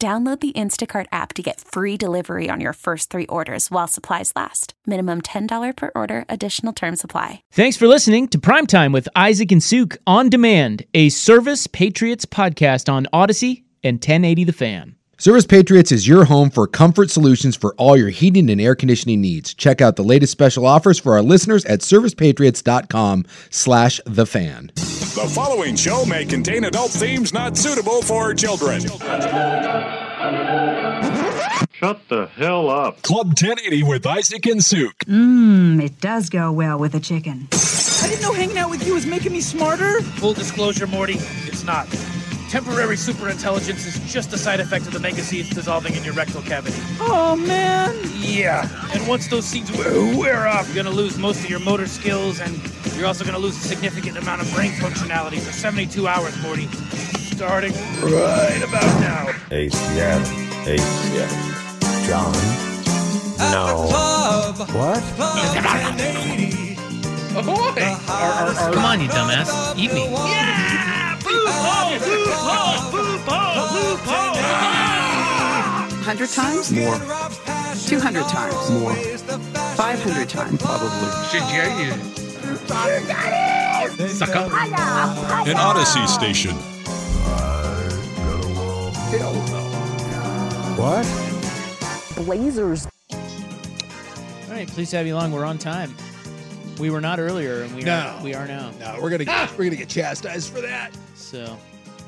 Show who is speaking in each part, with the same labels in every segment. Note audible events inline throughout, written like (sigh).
Speaker 1: Download the Instacart app to get free delivery on your first three orders while supplies last. Minimum $10 per order, additional term supply.
Speaker 2: Thanks for listening to Primetime with Isaac and Suk on Demand, a Service Patriots podcast on Odyssey and 1080 The Fan.
Speaker 3: Service Patriots is your home for comfort solutions for all your heating and air conditioning needs. Check out the latest special offers for our listeners at servicepatriots.com slash the fan.
Speaker 4: The following show may contain adult themes not suitable for children.
Speaker 5: Shut the hell up.
Speaker 4: Club 1080 with Isaac and Suk.
Speaker 6: It does go well with a chicken.
Speaker 7: I didn't know hanging out with you was making me smarter.
Speaker 8: Full disclosure, Morty, it's not. Temporary superintelligence is just a side effect of the mega seeds dissolving in your rectal cavity.
Speaker 7: Oh man.
Speaker 8: Yeah. And once those seeds we- wear off, you're gonna lose most of your motor skills, and you're also gonna lose a significant amount of brain functionality for 72 hours, Morty. Starting right about now.
Speaker 9: Ace, yeah. Ace, yeah. John? No.
Speaker 2: Come on, you dumbass. Eat me.
Speaker 7: Hundred times? More. Two hundred times. More. Five hundred times.
Speaker 4: An Odyssey station.
Speaker 2: All right, please have you long. We're on time. We were not earlier, and we,
Speaker 10: No.
Speaker 2: are, we are now.
Speaker 10: No, we're gonna get, we're gonna get chastised for that.
Speaker 2: So,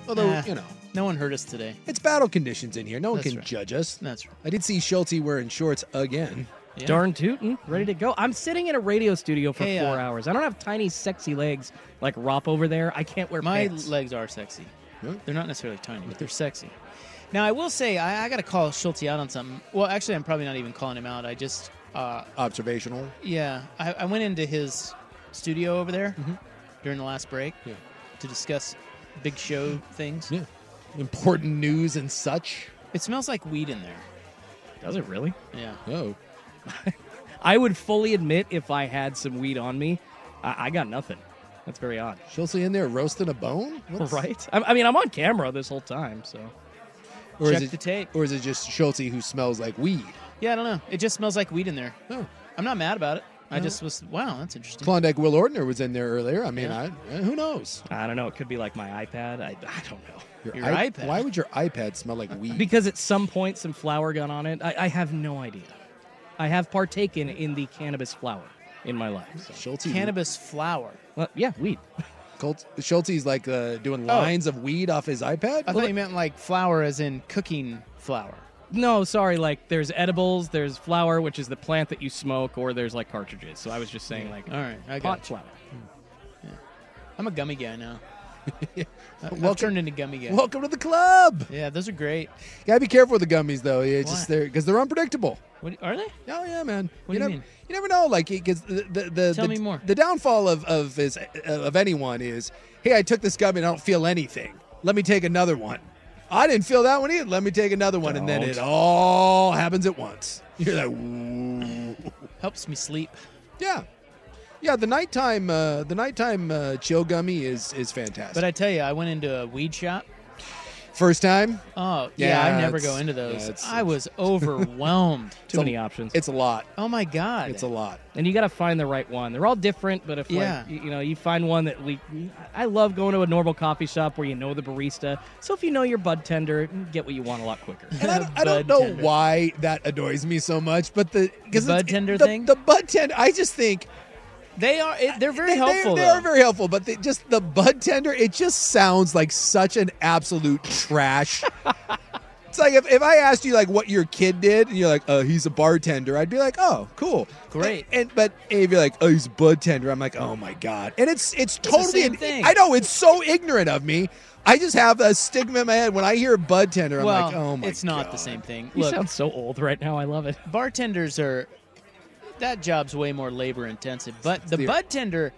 Speaker 10: Although
Speaker 2: Nah.
Speaker 10: you know,
Speaker 2: no one heard us today.
Speaker 10: it's battle conditions in here. No one
Speaker 2: That's
Speaker 10: can
Speaker 2: right.
Speaker 10: judge us.
Speaker 2: That's right.
Speaker 10: I did see Schulte wearing shorts again.
Speaker 2: Yeah.
Speaker 11: Darn tootin', ready to go. I'm sitting in a radio studio for
Speaker 2: Hey,
Speaker 11: four
Speaker 2: uh,
Speaker 11: hours. I don't have tiny, sexy legs like Rop over there. I can't wear
Speaker 2: My
Speaker 11: pants.
Speaker 2: legs are sexy.
Speaker 10: Really?
Speaker 2: They're not necessarily tiny, but they're sexy. Now, I will say, I, I got to call Schulte out on something. Well, actually, I'm probably not even calling him out. I just, uh,
Speaker 10: Observational.
Speaker 2: yeah, I, I went into his studio over there during the last break
Speaker 10: Yeah.
Speaker 2: to discuss big show things.
Speaker 10: Yeah. Important news and such.
Speaker 2: It smells like weed in there.
Speaker 11: Does it really?
Speaker 2: Yeah.
Speaker 10: Oh.
Speaker 11: I would fully admit if I had some weed on me, I, I got nothing. That's very odd. (laughs)
Speaker 10: Schulte in there roasting a bone? What's-
Speaker 11: Right? I, I mean, I'm on camera this whole time, so.
Speaker 10: Or
Speaker 2: Check
Speaker 10: is it,
Speaker 2: the tape.
Speaker 10: Or is it just Schulte who smells like weed?
Speaker 2: Yeah, I don't know. It just smells like weed in there.
Speaker 10: Oh.
Speaker 2: I'm not mad about it. I just was, wow, that's interesting.
Speaker 10: Klondike Will Ordner was in there earlier. I mean, I, eh, who knows?
Speaker 11: I don't know. It could be like my iPad. I, I don't know.
Speaker 10: Your,
Speaker 2: Your
Speaker 10: i-
Speaker 2: iPad.
Speaker 10: Why would your iPad smell like weed?
Speaker 11: Because at some point, some flower got on it. I, I have no idea. I have partaken in the cannabis flower in my life. So.
Speaker 10: Schulte,
Speaker 2: Cannabis flower.
Speaker 11: Well, yeah, weed.
Speaker 10: Cult, Schulte's like uh, doing
Speaker 11: Oh.
Speaker 10: lines of weed off his iPad.
Speaker 2: I thought you meant like flour as in cooking flour.
Speaker 11: No, sorry. Like, there's edibles, there's flower, which is the plant that you smoke, or there's like cartridges. So I was just saying, like,
Speaker 2: All right, I
Speaker 11: pot
Speaker 2: got you.
Speaker 11: flower.
Speaker 2: I'm a gummy guy now. I- I've turned into gummy guy.
Speaker 10: Welcome to the club.
Speaker 2: Yeah, those are great.
Speaker 10: Gotta be careful with the gummies though. Yeah, it's
Speaker 2: Why?
Speaker 10: just there because they're unpredictable.
Speaker 2: What are they?
Speaker 10: Oh yeah, man.
Speaker 2: What do you
Speaker 10: never,
Speaker 2: mean?
Speaker 10: You never know. Like because the the, the
Speaker 2: Tell
Speaker 10: the,
Speaker 2: me more.
Speaker 10: The downfall of of is of anyone is, hey, I took this gummy and I don't feel anything. Let me take another one. I didn't feel that one either. Let me take another one, and then it all happens at once. You're like, (laughs) "Ooh."
Speaker 2: Helps me sleep.
Speaker 10: yeah, yeah. The nighttime uh, the nighttime uh, chill gummy is is fantastic.
Speaker 2: But I tell you, I went into a weed shop
Speaker 10: First time?
Speaker 2: Oh, yeah, I never
Speaker 10: it's-
Speaker 2: go into those.
Speaker 10: yeah, it's-
Speaker 2: I was
Speaker 10: (laughs)
Speaker 2: overwhelmed.
Speaker 11: Too many options.
Speaker 10: It's a lot.
Speaker 2: Oh my god. (laughs)
Speaker 10: It's a lot.
Speaker 11: And you got to find the right one. They're all different, but if
Speaker 2: Yeah.
Speaker 11: like you, you know you find one that we, I love going to a normal coffee shop where you know the barista. So if you know your bud tender, you get what you want a lot quicker.
Speaker 10: And I don't, I don't know why that annoys me so much, but the because
Speaker 11: The bud tender
Speaker 10: the,
Speaker 11: thing?
Speaker 10: the bud tender, I just think
Speaker 11: They are. it- They're very
Speaker 10: they,
Speaker 11: helpful.
Speaker 10: They,
Speaker 11: though.
Speaker 10: are very helpful, but they, just the bud tender, it just sounds like such an absolute
Speaker 11: (laughs)
Speaker 10: trash. it's like if, if I asked you like what your kid did, and you're like, "Oh, he's a bartender," I'd be like, "Oh, cool,
Speaker 11: Great.
Speaker 10: And, and- but if you're like, "Oh, he's a bud tender," I'm like, "Oh my god!" And it's it's
Speaker 11: the
Speaker 10: totally.
Speaker 11: same thing.
Speaker 10: I know it's so ignorant of me. I just have a stigma in my head when I hear bud tender. I'm
Speaker 2: well,
Speaker 10: like, "Oh my."
Speaker 2: it's not the same thing.
Speaker 11: You
Speaker 2: Look,
Speaker 11: sound so old right now. I love it.
Speaker 2: bartenders are that job's way more labor intensive but the
Speaker 10: the-
Speaker 2: bud tender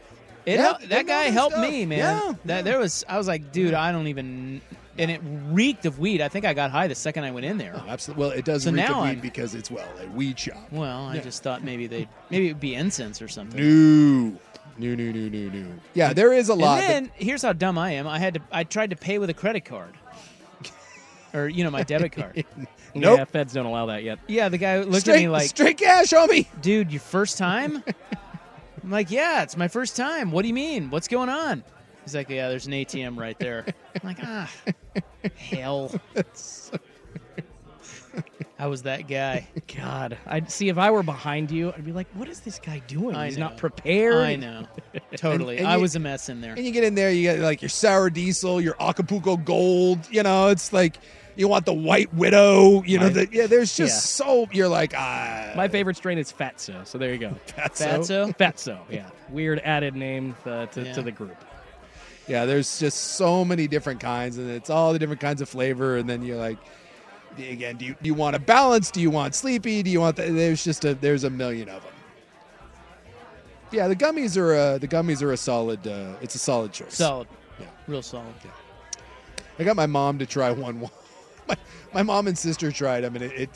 Speaker 2: it
Speaker 10: Yeah,
Speaker 2: hel-
Speaker 10: they
Speaker 2: that
Speaker 10: know
Speaker 2: guy
Speaker 10: their
Speaker 2: helped
Speaker 10: stuff.
Speaker 2: me man
Speaker 10: Yeah,
Speaker 2: that there was i was like dude i don't even and it reeked of weed i think i got high the second i went in there
Speaker 10: Oh, Absolutely. Well, it does
Speaker 2: So
Speaker 10: reek
Speaker 2: now
Speaker 10: of
Speaker 2: I'm-
Speaker 10: weed because it's well a weed shop.
Speaker 2: well i
Speaker 10: Yeah.
Speaker 2: just thought maybe they maybe it would be incense or something
Speaker 10: No. No, no, no, no, no. Yeah, there is a lot.
Speaker 2: and
Speaker 10: that-
Speaker 2: then here's how dumb i am i had to i tried to pay with a credit (laughs) card or you know my debit card
Speaker 10: Nope.
Speaker 11: Yeah, feds don't allow that yet.
Speaker 2: (laughs) yeah the guy looked
Speaker 10: straight,
Speaker 2: at me like
Speaker 10: straight cash, homie.
Speaker 2: dude, your first time? I'm like, yeah, it's my first time. What do you mean? What's going on? He's like, yeah, there's an ATM right there. I'm like, ah, hell. I was that guy.
Speaker 11: God, I see. If I were behind you, I'd be like, "What is this guy doing?
Speaker 2: I
Speaker 11: He's
Speaker 2: know.
Speaker 11: not prepared."
Speaker 2: I know. Totally.
Speaker 10: And- and
Speaker 2: I
Speaker 10: you-
Speaker 2: was a mess in there.
Speaker 10: And you get in there, you get like your sour diesel, your Acapulco gold. You know, it's like you want the White Widow. You know,
Speaker 11: My-
Speaker 10: the, yeah. There's
Speaker 11: yeah.
Speaker 10: just so you're like ah.
Speaker 11: My favorite strain is Fatso. So there you go. (laughs)
Speaker 2: Fatso?
Speaker 11: Fatso. Yeah. Weird added name uh, to,
Speaker 2: Yeah.
Speaker 11: to the group.
Speaker 10: Yeah, there's just so many different kinds, and it's all the different kinds of flavor. And then you're like, again, do you do you want a balance? Do you want sleepy? Do you want the, there's just a there's a million of them. Yeah, the gummies are uh, the gummies are a solid. Uh, it's a solid choice.
Speaker 2: Solid.
Speaker 10: Yeah.
Speaker 2: Real solid.
Speaker 10: I got my mom to try one. one. (laughs) My, my mom and sister tried them, and it. it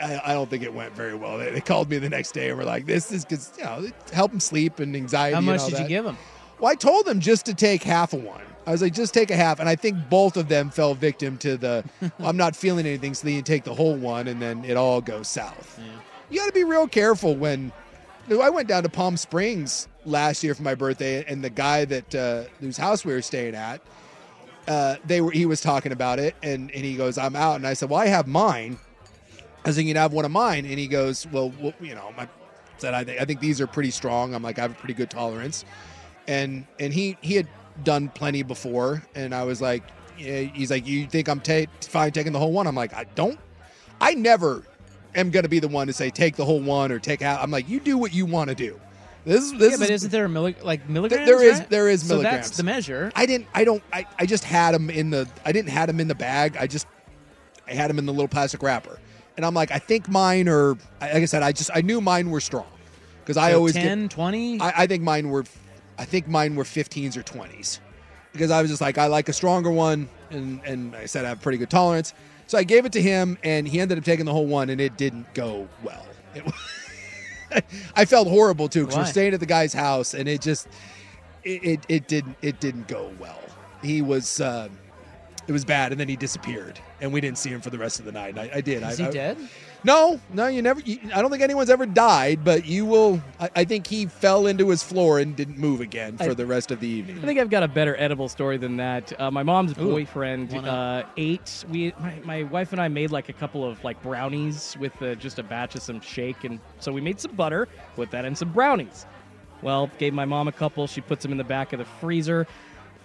Speaker 10: I, I don't think it went very well. They, they called me the next day and were like, "This is because you know it help them sleep and anxiety."
Speaker 2: How
Speaker 10: and
Speaker 2: much
Speaker 10: all
Speaker 2: did you
Speaker 10: that."
Speaker 2: give him?
Speaker 10: Well, I told them just to take half of one. I was like, just take a half, and I think both of them fell victim to the "Well, I'm not feeling anything, so then you take the whole one, and then it all goes south. You got to be real careful when. I went down to Palm Springs last year for my birthday, and the guy that uh, whose house we were staying at, uh, they were he was talking about it, and and he goes, "I'm out," and I said, "Well, I have mine." I was thinking, "I'd have one of mine," and he goes, "Well, well you know, my said I think I think these are pretty strong. I'm like, I have a pretty good tolerance." and and he he had done plenty before and i was like yeah, he's like you think i'm ta- fine taking the whole one i'm like i don't i never am going to be the one to say take the whole one or take out i'm like you do what you want to do this is this
Speaker 2: yeah, but
Speaker 10: is,
Speaker 2: isn't there a milli- like milligrams?
Speaker 10: there is-
Speaker 2: right?
Speaker 10: there is
Speaker 2: So that's
Speaker 10: milligrams.
Speaker 2: the measure.
Speaker 10: i didn't i don't I, I just had him in the i didn't had him in the bag i just i had him in the little plastic wrapper and i'm like i think mine are like i said i just i knew mine were strong because i
Speaker 2: So
Speaker 10: always get-
Speaker 2: 10, 20?
Speaker 10: I, I think mine were, I think mine were 15s or 20s, because I was just like, I like a stronger one, and and I said I have pretty good tolerance, so I gave it to him, and he ended up taking the whole one, and it didn't go well. It, wa- (laughs) I felt horrible too because we're
Speaker 2: Why?
Speaker 10: staying at the guy's house, and it just, it it, it didn't it didn't go well. He was. Um, it was bad, and then he disappeared, and we didn't see him for the rest of the night. And I, I did.
Speaker 2: is
Speaker 10: I,
Speaker 2: he
Speaker 10: I-
Speaker 2: dead?
Speaker 10: no, no, you never. You, I don't think anyone's ever died, but you will. I, I think he fell into his floor and didn't move again for
Speaker 11: I-
Speaker 10: the rest of
Speaker 11: I
Speaker 10: the evening.
Speaker 11: think I've got a better edible story than that. Uh, my mom's
Speaker 2: Ooh,
Speaker 11: boyfriend
Speaker 2: one
Speaker 11: uh, ate. We, my, my wife and I made like a couple of like brownies with uh, just a batch of some shake, and so we made some butter, put that in some brownies. Well, gave my mom a couple. She puts them in the back of the freezer.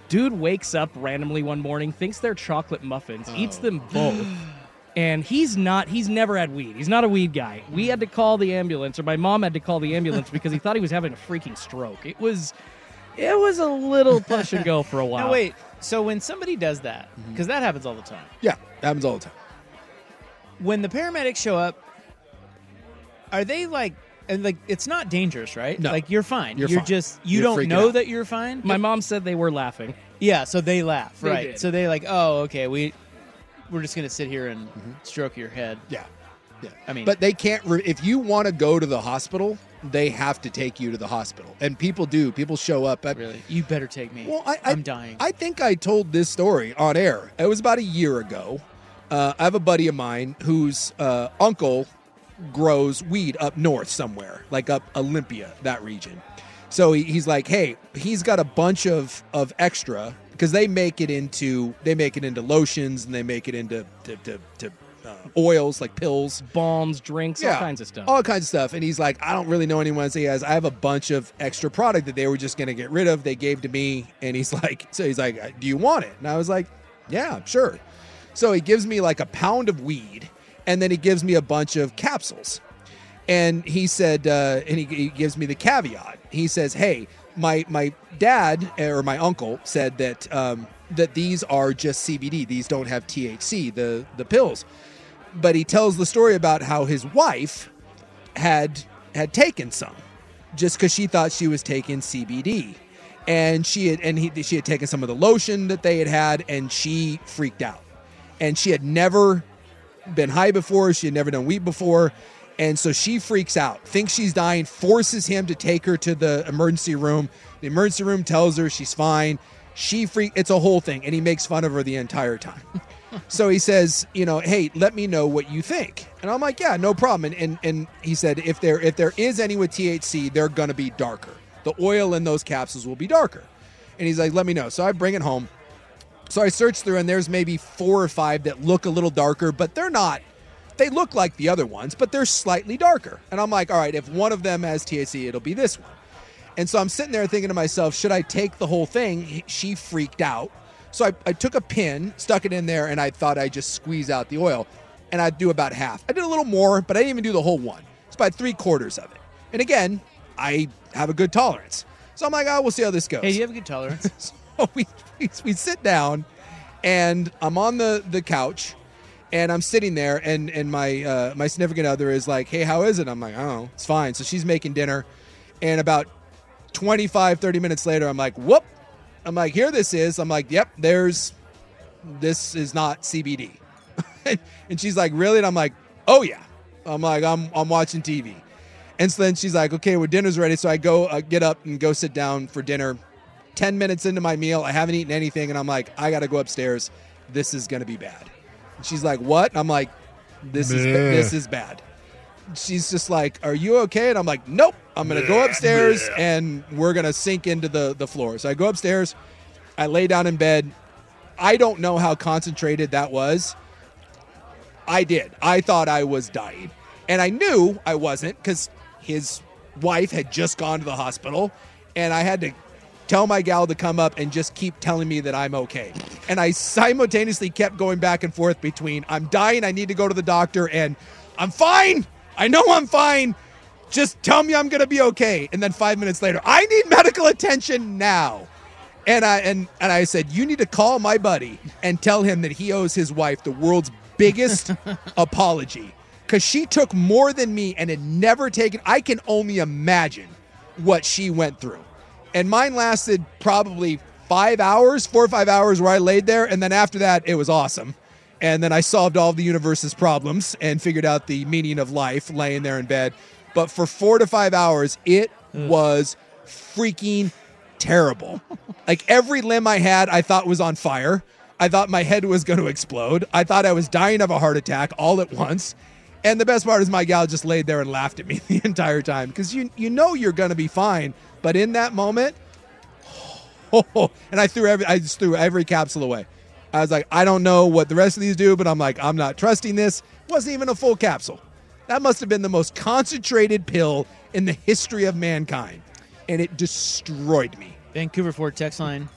Speaker 11: Dude wakes up randomly one morning, thinks they're chocolate muffins, eats them both. And he's not, he's never had weed. He's not a weed guy. We had to call the ambulance, or my mom had to call the ambulance because he thought he was having a freaking stroke. It was, it was a little push and go for a while.
Speaker 2: No, wait. So when somebody does that, because that happens all the time.
Speaker 10: Yeah, happens all the time.
Speaker 2: when the paramedics show up, are they like, and like it's not dangerous, right?
Speaker 10: No.
Speaker 2: Like you're fine.
Speaker 10: You're
Speaker 2: You're,
Speaker 10: fine.
Speaker 2: just you
Speaker 10: You're
Speaker 2: don't
Speaker 10: freaking
Speaker 2: know
Speaker 10: out.
Speaker 2: that you're fine.
Speaker 11: My mom said they were laughing.
Speaker 2: yeah, so they laugh,
Speaker 11: They
Speaker 2: right?
Speaker 11: did.
Speaker 2: So they like, oh, okay, we we're just gonna sit here and stroke your head.
Speaker 10: Yeah,
Speaker 2: I mean,
Speaker 10: But they can't. Re- if you want to go to the hospital, they have to take you to the hospital, and people do. People show up. I,
Speaker 2: really, you better take me.
Speaker 10: Well, I, I,
Speaker 2: am dying.
Speaker 10: I think I told this story on air. It was about a year ago. Uh, I have a buddy of mine whose uh, uncle grows weed up north somewhere, like up Olympia, that region. So he, he's like, hey, he's got a bunch of of extra because they make it into they make it into lotions and they make it into to, to, to uh, oils like pills,
Speaker 11: balms, drinks, all kinds of stuff.
Speaker 2: Oh,
Speaker 10: all kinds of stuff. And he's like, I don't really know anyone else he has. I have a bunch of extra product that they were just going to get rid of. They gave to me, and he's (laughs) like, so he's like, "Uh, do you want it? And I was like, yeah, sure. So he gives me like a pound of weed, and then he gives me a bunch of capsules. And he said, uh, and he, he gives me the caveat. He says, hey, my my dad or my uncle said that um, that these are just CBD. These don't have THC. The the pills but he tells the story about how his wife had had taken some just because she thought she was taking CBD and she had and he, she had taken some of the lotion that they had had and she freaked out and she had never been high before she had never done weed before and so she freaks out thinks she's dying forces him to take her to the emergency room the emergency room tells her she's fine she freak it's a whole thing and he makes fun of her the entire time (laughs) so he says, you know, hey, let me know what you think. And I'm like, yeah, no problem. And and, and he said, if there if there is any with THC, they're gonna be darker. The oil in those capsules will be darker. And he's like, let me know. So I bring it home. So I search through, and there's maybe four or five that look a little darker, but they're not. They look like the other ones, but they're slightly darker. And I'm like, all right, if one of them has THC, it'll be this one. And so I'm sitting there thinking to myself, should I take the whole thing? He- She freaked out. So I, I took a pin, stuck it in there, and I thought I'd just squeeze out the oil. And I'd do about half. I did a little more, but I didn't even do the whole one. It's about three quarters of it. And again, I have a good tolerance. So I'm like, oh, we'll see how this goes.
Speaker 2: hey, do you have a good tolerance?
Speaker 10: (laughs) So we, we, we sit down and I'm on the, the couch and I'm sitting there and, and my, uh, my significant other is like, Hey, how is it? I'm like, Oh, it's fine. So she's making dinner. And about 25, 30 minutes later, I'm like, whoop. I'm like, here this is. I'm like, yep, there's, this is not CBD. (laughs) and she's like, really? And I'm like, oh yeah. I'm like, I'm, I'm watching TV. And so then she's like, okay, well, dinner's ready. So I go uh, get up and go sit down for dinner. 10 minutes into my meal, I haven't eaten anything. And I'm like, I got to go upstairs. This is going to be bad. And she's like, what? And I'm like, this is,
Speaker 12: Bleh.
Speaker 10: this is bad. She's just like, are you okay? And I'm like, nope. I'm going to go
Speaker 12: Bleh,
Speaker 10: upstairs
Speaker 12: bleh.
Speaker 10: and we're going to sink into the, the floor. So I go upstairs. I lay down in bed. I don't know how concentrated that was. I did. I thought I was dying. And I knew I wasn't because his wife had just gone to the hospital. And I had to tell my gal to come up and just keep telling me that I'm okay. And I simultaneously kept going back and forth between I'm dying, I need to go to the doctor, and I'm fine. I know I'm fine. Just tell me I'm going to be okay. And then five minutes later, I need medical attention now. And I and and I said, you need to call my buddy and tell him that he owes his wife the world's biggest apology because she took more than me and had never taken. I can only imagine what she went through, and mine lasted probably five hours, four or five hours, where I laid there, and then after that, it was awesome. And then I solved all of the universe's problems and figured out the meaning of life laying there in bed. But for four to five hours, it was freaking terrible. like every limb I had, I thought was on fire. I thought my head was going to explode. I thought I was dying of a heart attack all at once. And the best part is my gal just laid there and laughed at me (laughs) the entire time because you you know you're going to be fine, but in that moment, (laughs) and I threw every I just threw every capsule away. I was like, I don't know what the rest of these do, but I'm like, I'm not trusting this. Wasn't even a full capsule. That must have been the most concentrated pill in the history of mankind, and it destroyed me.
Speaker 2: Vancouver Ford text line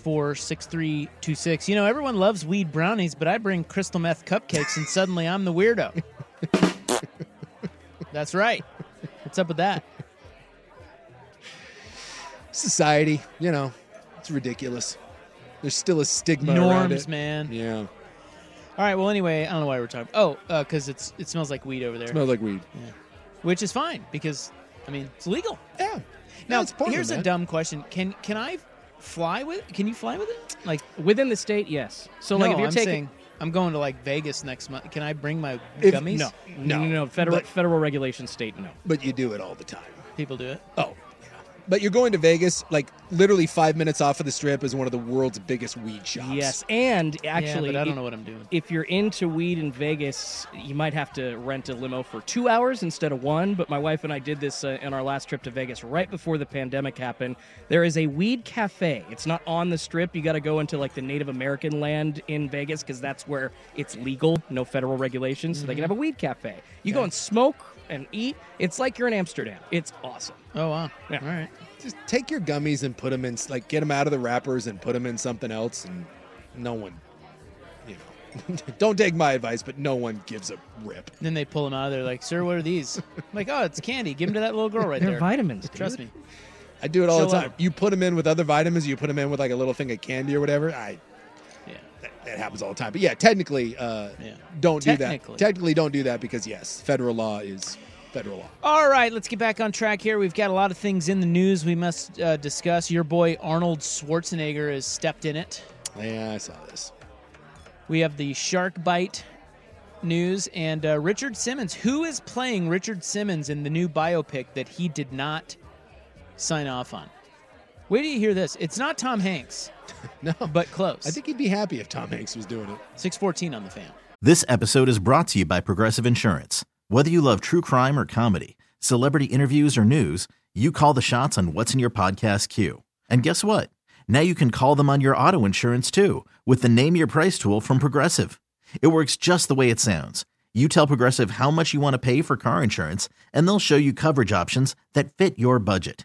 Speaker 2: 503-864-6326. You know, everyone loves weed brownies, but I bring crystal meth cupcakes and suddenly I'm the
Speaker 10: (laughs)
Speaker 2: weirdo. That's right. What's up with that?
Speaker 10: Society, you know, it's ridiculous. There's still a stigma around
Speaker 2: Norms,
Speaker 10: it.
Speaker 2: man.
Speaker 10: Yeah,
Speaker 2: All right, well anyway, I don't know why we're talking. Oh, uh, cuz it's it smells like weed over there.
Speaker 10: smells like weed.
Speaker 2: Which is fine because I mean, it's legal.
Speaker 10: Yeah.
Speaker 2: Now,
Speaker 11: it's Portland,
Speaker 2: here's a
Speaker 11: man.
Speaker 2: dumb question. Can can I fly with Can you fly with it? Like
Speaker 11: (laughs) within the state, yes. So
Speaker 2: No,
Speaker 11: like if you're
Speaker 2: I'm
Speaker 11: taking
Speaker 2: saying- I'm going to like Vegas next month. Can I bring my
Speaker 11: If-
Speaker 2: gummies?
Speaker 11: no. No. No, no, no. Federal-
Speaker 10: federal
Speaker 11: regulation state no.
Speaker 10: But you do it all the time.
Speaker 2: People do it.
Speaker 10: Oh, yeah. But you're going to Vegas, like literally five minutes off of the strip is one of the world's biggest weed shops.
Speaker 11: Yes, and actually,
Speaker 10: but I don't
Speaker 11: if-
Speaker 10: know what I'm doing.
Speaker 11: If you're into weed in Vegas, you might have to rent a limo for two hours instead of one. But my wife and I did this uh, in our last trip to Vegas, right before the pandemic happened. There is a weed cafe. It's not on the strip. You got to go into like the Native American land in Vegas because that's where it's legal, no federal regulations. So they can
Speaker 10: Mm-hmm.
Speaker 11: have a weed cafe. You go and smoke and eat. It's like you're in Amsterdam. It's awesome.
Speaker 2: Oh wow! All right.
Speaker 10: Just take your gummies and put them in, like, get them out of the wrappers and put them in something else, and no one, you know, (laughs) don't take my advice, but no one gives a rip.
Speaker 2: Then they pull them out. They're like, "Sir, what are these?" I'm like, "Oh, it's candy. Give them to that little girl right
Speaker 10: They're
Speaker 2: there."
Speaker 10: vitamins,
Speaker 2: Trust
Speaker 10: dude.
Speaker 2: me.
Speaker 10: I do it all the
Speaker 2: She'll
Speaker 10: time. You put them in with other vitamins. You put them in with like a little thing of candy or whatever. I,
Speaker 2: yeah,
Speaker 10: that, that happens all the time. But yeah, technically, uh, don't do
Speaker 2: Technically.
Speaker 10: that. Technically, don't do that because yes, federal law is federal law.
Speaker 2: All right, let's get back on track here. We've got a lot of things in the news we must uh, discuss. Your boy Arnold Schwarzenegger has stepped in it.
Speaker 10: Yeah, I saw this.
Speaker 2: We have the shark bite news and uh, Richard Simmons. Who is playing Richard Simmons in the new biopic that he did not sign off on? Wait till you hear this. It's not Tom Hanks.
Speaker 10: no,
Speaker 2: but close.
Speaker 10: I think he'd be happy if Tom Hanks was doing it.
Speaker 2: Six fourteen on the fan.
Speaker 12: This episode is brought to you by Progressive Insurance. Whether you love true crime or comedy, celebrity interviews or news, you call the shots on what's in your podcast queue. And guess what? Now you can call them on your auto insurance too with the Name Your Price tool from Progressive. It works just the way it sounds. You tell Progressive how much you want to pay for car insurance, and they'll show you coverage options that fit your budget.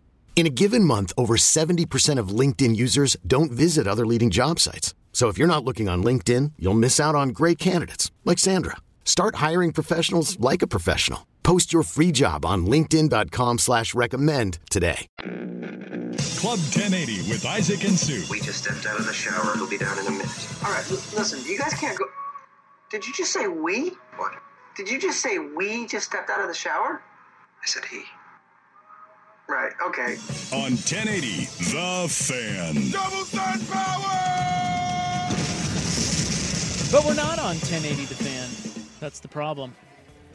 Speaker 13: In a given month, over 70% of LinkedIn users don't visit other leading job sites. So if you're not looking on LinkedIn, you'll miss out on great candidates like Sandra. Start hiring professionals like a professional. Post your free job on linkedin.com/recommend slash recommend today.
Speaker 4: Club 1080 with Isaac and Sue.
Speaker 14: We just stepped out of the shower. We'll be down in a minute.
Speaker 15: All right, l- listen, you guys can't go. Did you just say we? What? Did you just say we just stepped out of the shower?
Speaker 14: I said he.
Speaker 15: Right, okay.
Speaker 4: On 1080, The Fan. Double sun
Speaker 2: But we're not on 1080 The Fan. That's the problem.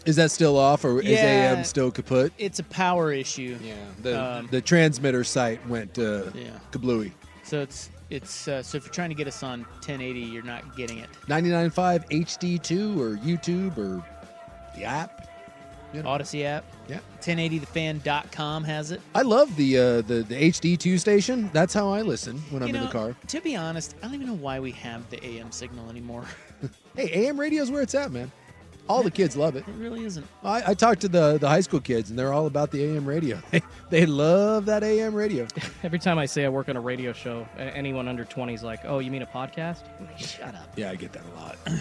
Speaker 10: Is that still off, or is
Speaker 2: Yeah.
Speaker 10: AM still kaput?
Speaker 2: It's a power issue.
Speaker 10: Yeah. Um, The, the transmitter site went uh, kablooey.
Speaker 2: so it's it's uh, so if you're trying to get us on 1080, you're not getting it.
Speaker 10: 99.5 HD2 or YouTube or the app.
Speaker 2: Odyssey app.
Speaker 10: Yeah.
Speaker 2: 1080thefan.com has it.
Speaker 10: I love the uh, the the HD2 station. That's how I listen when I'm
Speaker 2: You
Speaker 10: in the
Speaker 2: know,
Speaker 10: car.
Speaker 2: To be honest, I don't even know why we have the AM signal anymore. (laughs)
Speaker 10: Hey, AM radio's where it's at, man. All the kids love it. It
Speaker 2: really isn't.
Speaker 10: I, I talked to the the high school kids, and they're all about the AM radio. (laughs) They, they love that AM radio.
Speaker 11: Every time I say I work on a radio show, a- anyone under 20 is like, "Oh, you mean a podcast?" I'm like, Shut up.
Speaker 10: Yeah, I get that a lot. (clears throat)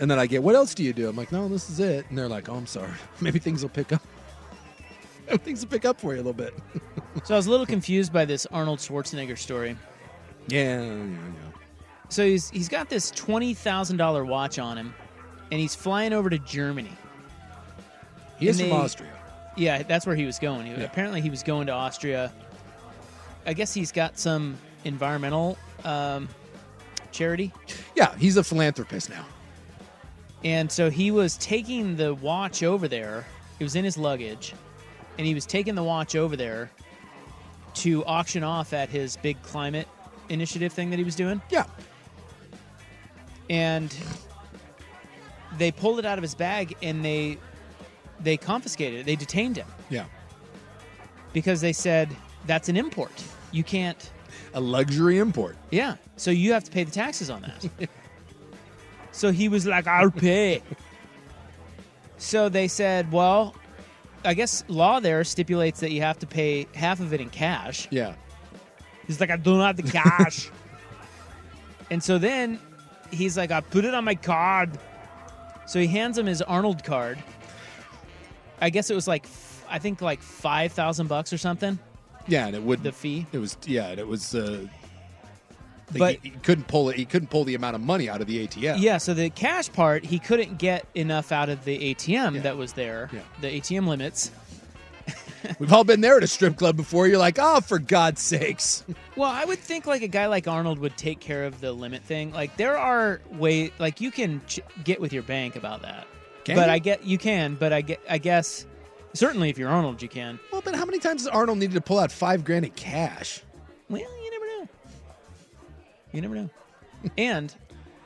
Speaker 10: And then I get, what else do you do? I'm like, no, this is it. And they're like, oh, I'm sorry. (laughs) Maybe things will pick up. (laughs) Things will pick up for you a little bit. (laughs)
Speaker 2: so I was a little confused by this Arnold Schwarzenegger story.
Speaker 10: Yeah, yeah, yeah.
Speaker 2: So he's he's got this twenty thousand dollar watch on him, and he's flying over to Germany.
Speaker 10: He is
Speaker 2: And
Speaker 10: from
Speaker 2: they-
Speaker 10: Austria.
Speaker 2: Yeah, that's where he was going. He,
Speaker 10: Yeah.
Speaker 2: Apparently, he was going to Austria. I guess he's got some environmental um, charity,
Speaker 10: Yeah, he's a philanthropist now.
Speaker 2: and so he was taking the watch over there. It was in his luggage, and he was taking the watch over there to auction off at his big climate initiative thing that he was doing.
Speaker 10: Yeah.
Speaker 2: And they pulled it out of his bag and they they confiscated it. They detained him
Speaker 10: Yeah.
Speaker 2: because they said that's an import. You can't.
Speaker 10: A luxury import.
Speaker 2: Yeah. So you have to pay the taxes on that. so he was like, I'll pay. so they said, well, I guess law there stipulates that you have to pay half of it in cash.
Speaker 10: Yeah.
Speaker 2: He's like, I don't have the cash. and so then he's like, I put it on my card. So he hands him his Arnold card. I guess it was like, f- I think like 5,000 bucks or something.
Speaker 10: Yeah, and it would
Speaker 2: the fee.
Speaker 10: It was yeah, and it was. Uh, like
Speaker 2: But-
Speaker 10: he, he couldn't pull it. He couldn't pull the amount of money out of the ATM.
Speaker 2: Yeah, so the cash part, he couldn't get enough out of the ATM that was there, the ATM limits.
Speaker 10: We've all been there at a strip club before. You're like, oh, for
Speaker 2: (laughs)
Speaker 10: God's sakes.
Speaker 2: Well, I would think like a guy like Arnold would take care of the limit thing. Like there are way like you can ch- get with your bank about that.
Speaker 10: Can
Speaker 2: but
Speaker 10: you?
Speaker 2: I get you can, but I get I guess certainly if you're Arnold you can.
Speaker 10: Well, but how many times has Arnold needed to pull out five grand in cash?
Speaker 2: Well, you never know. You never
Speaker 10: (laughs)
Speaker 2: know. and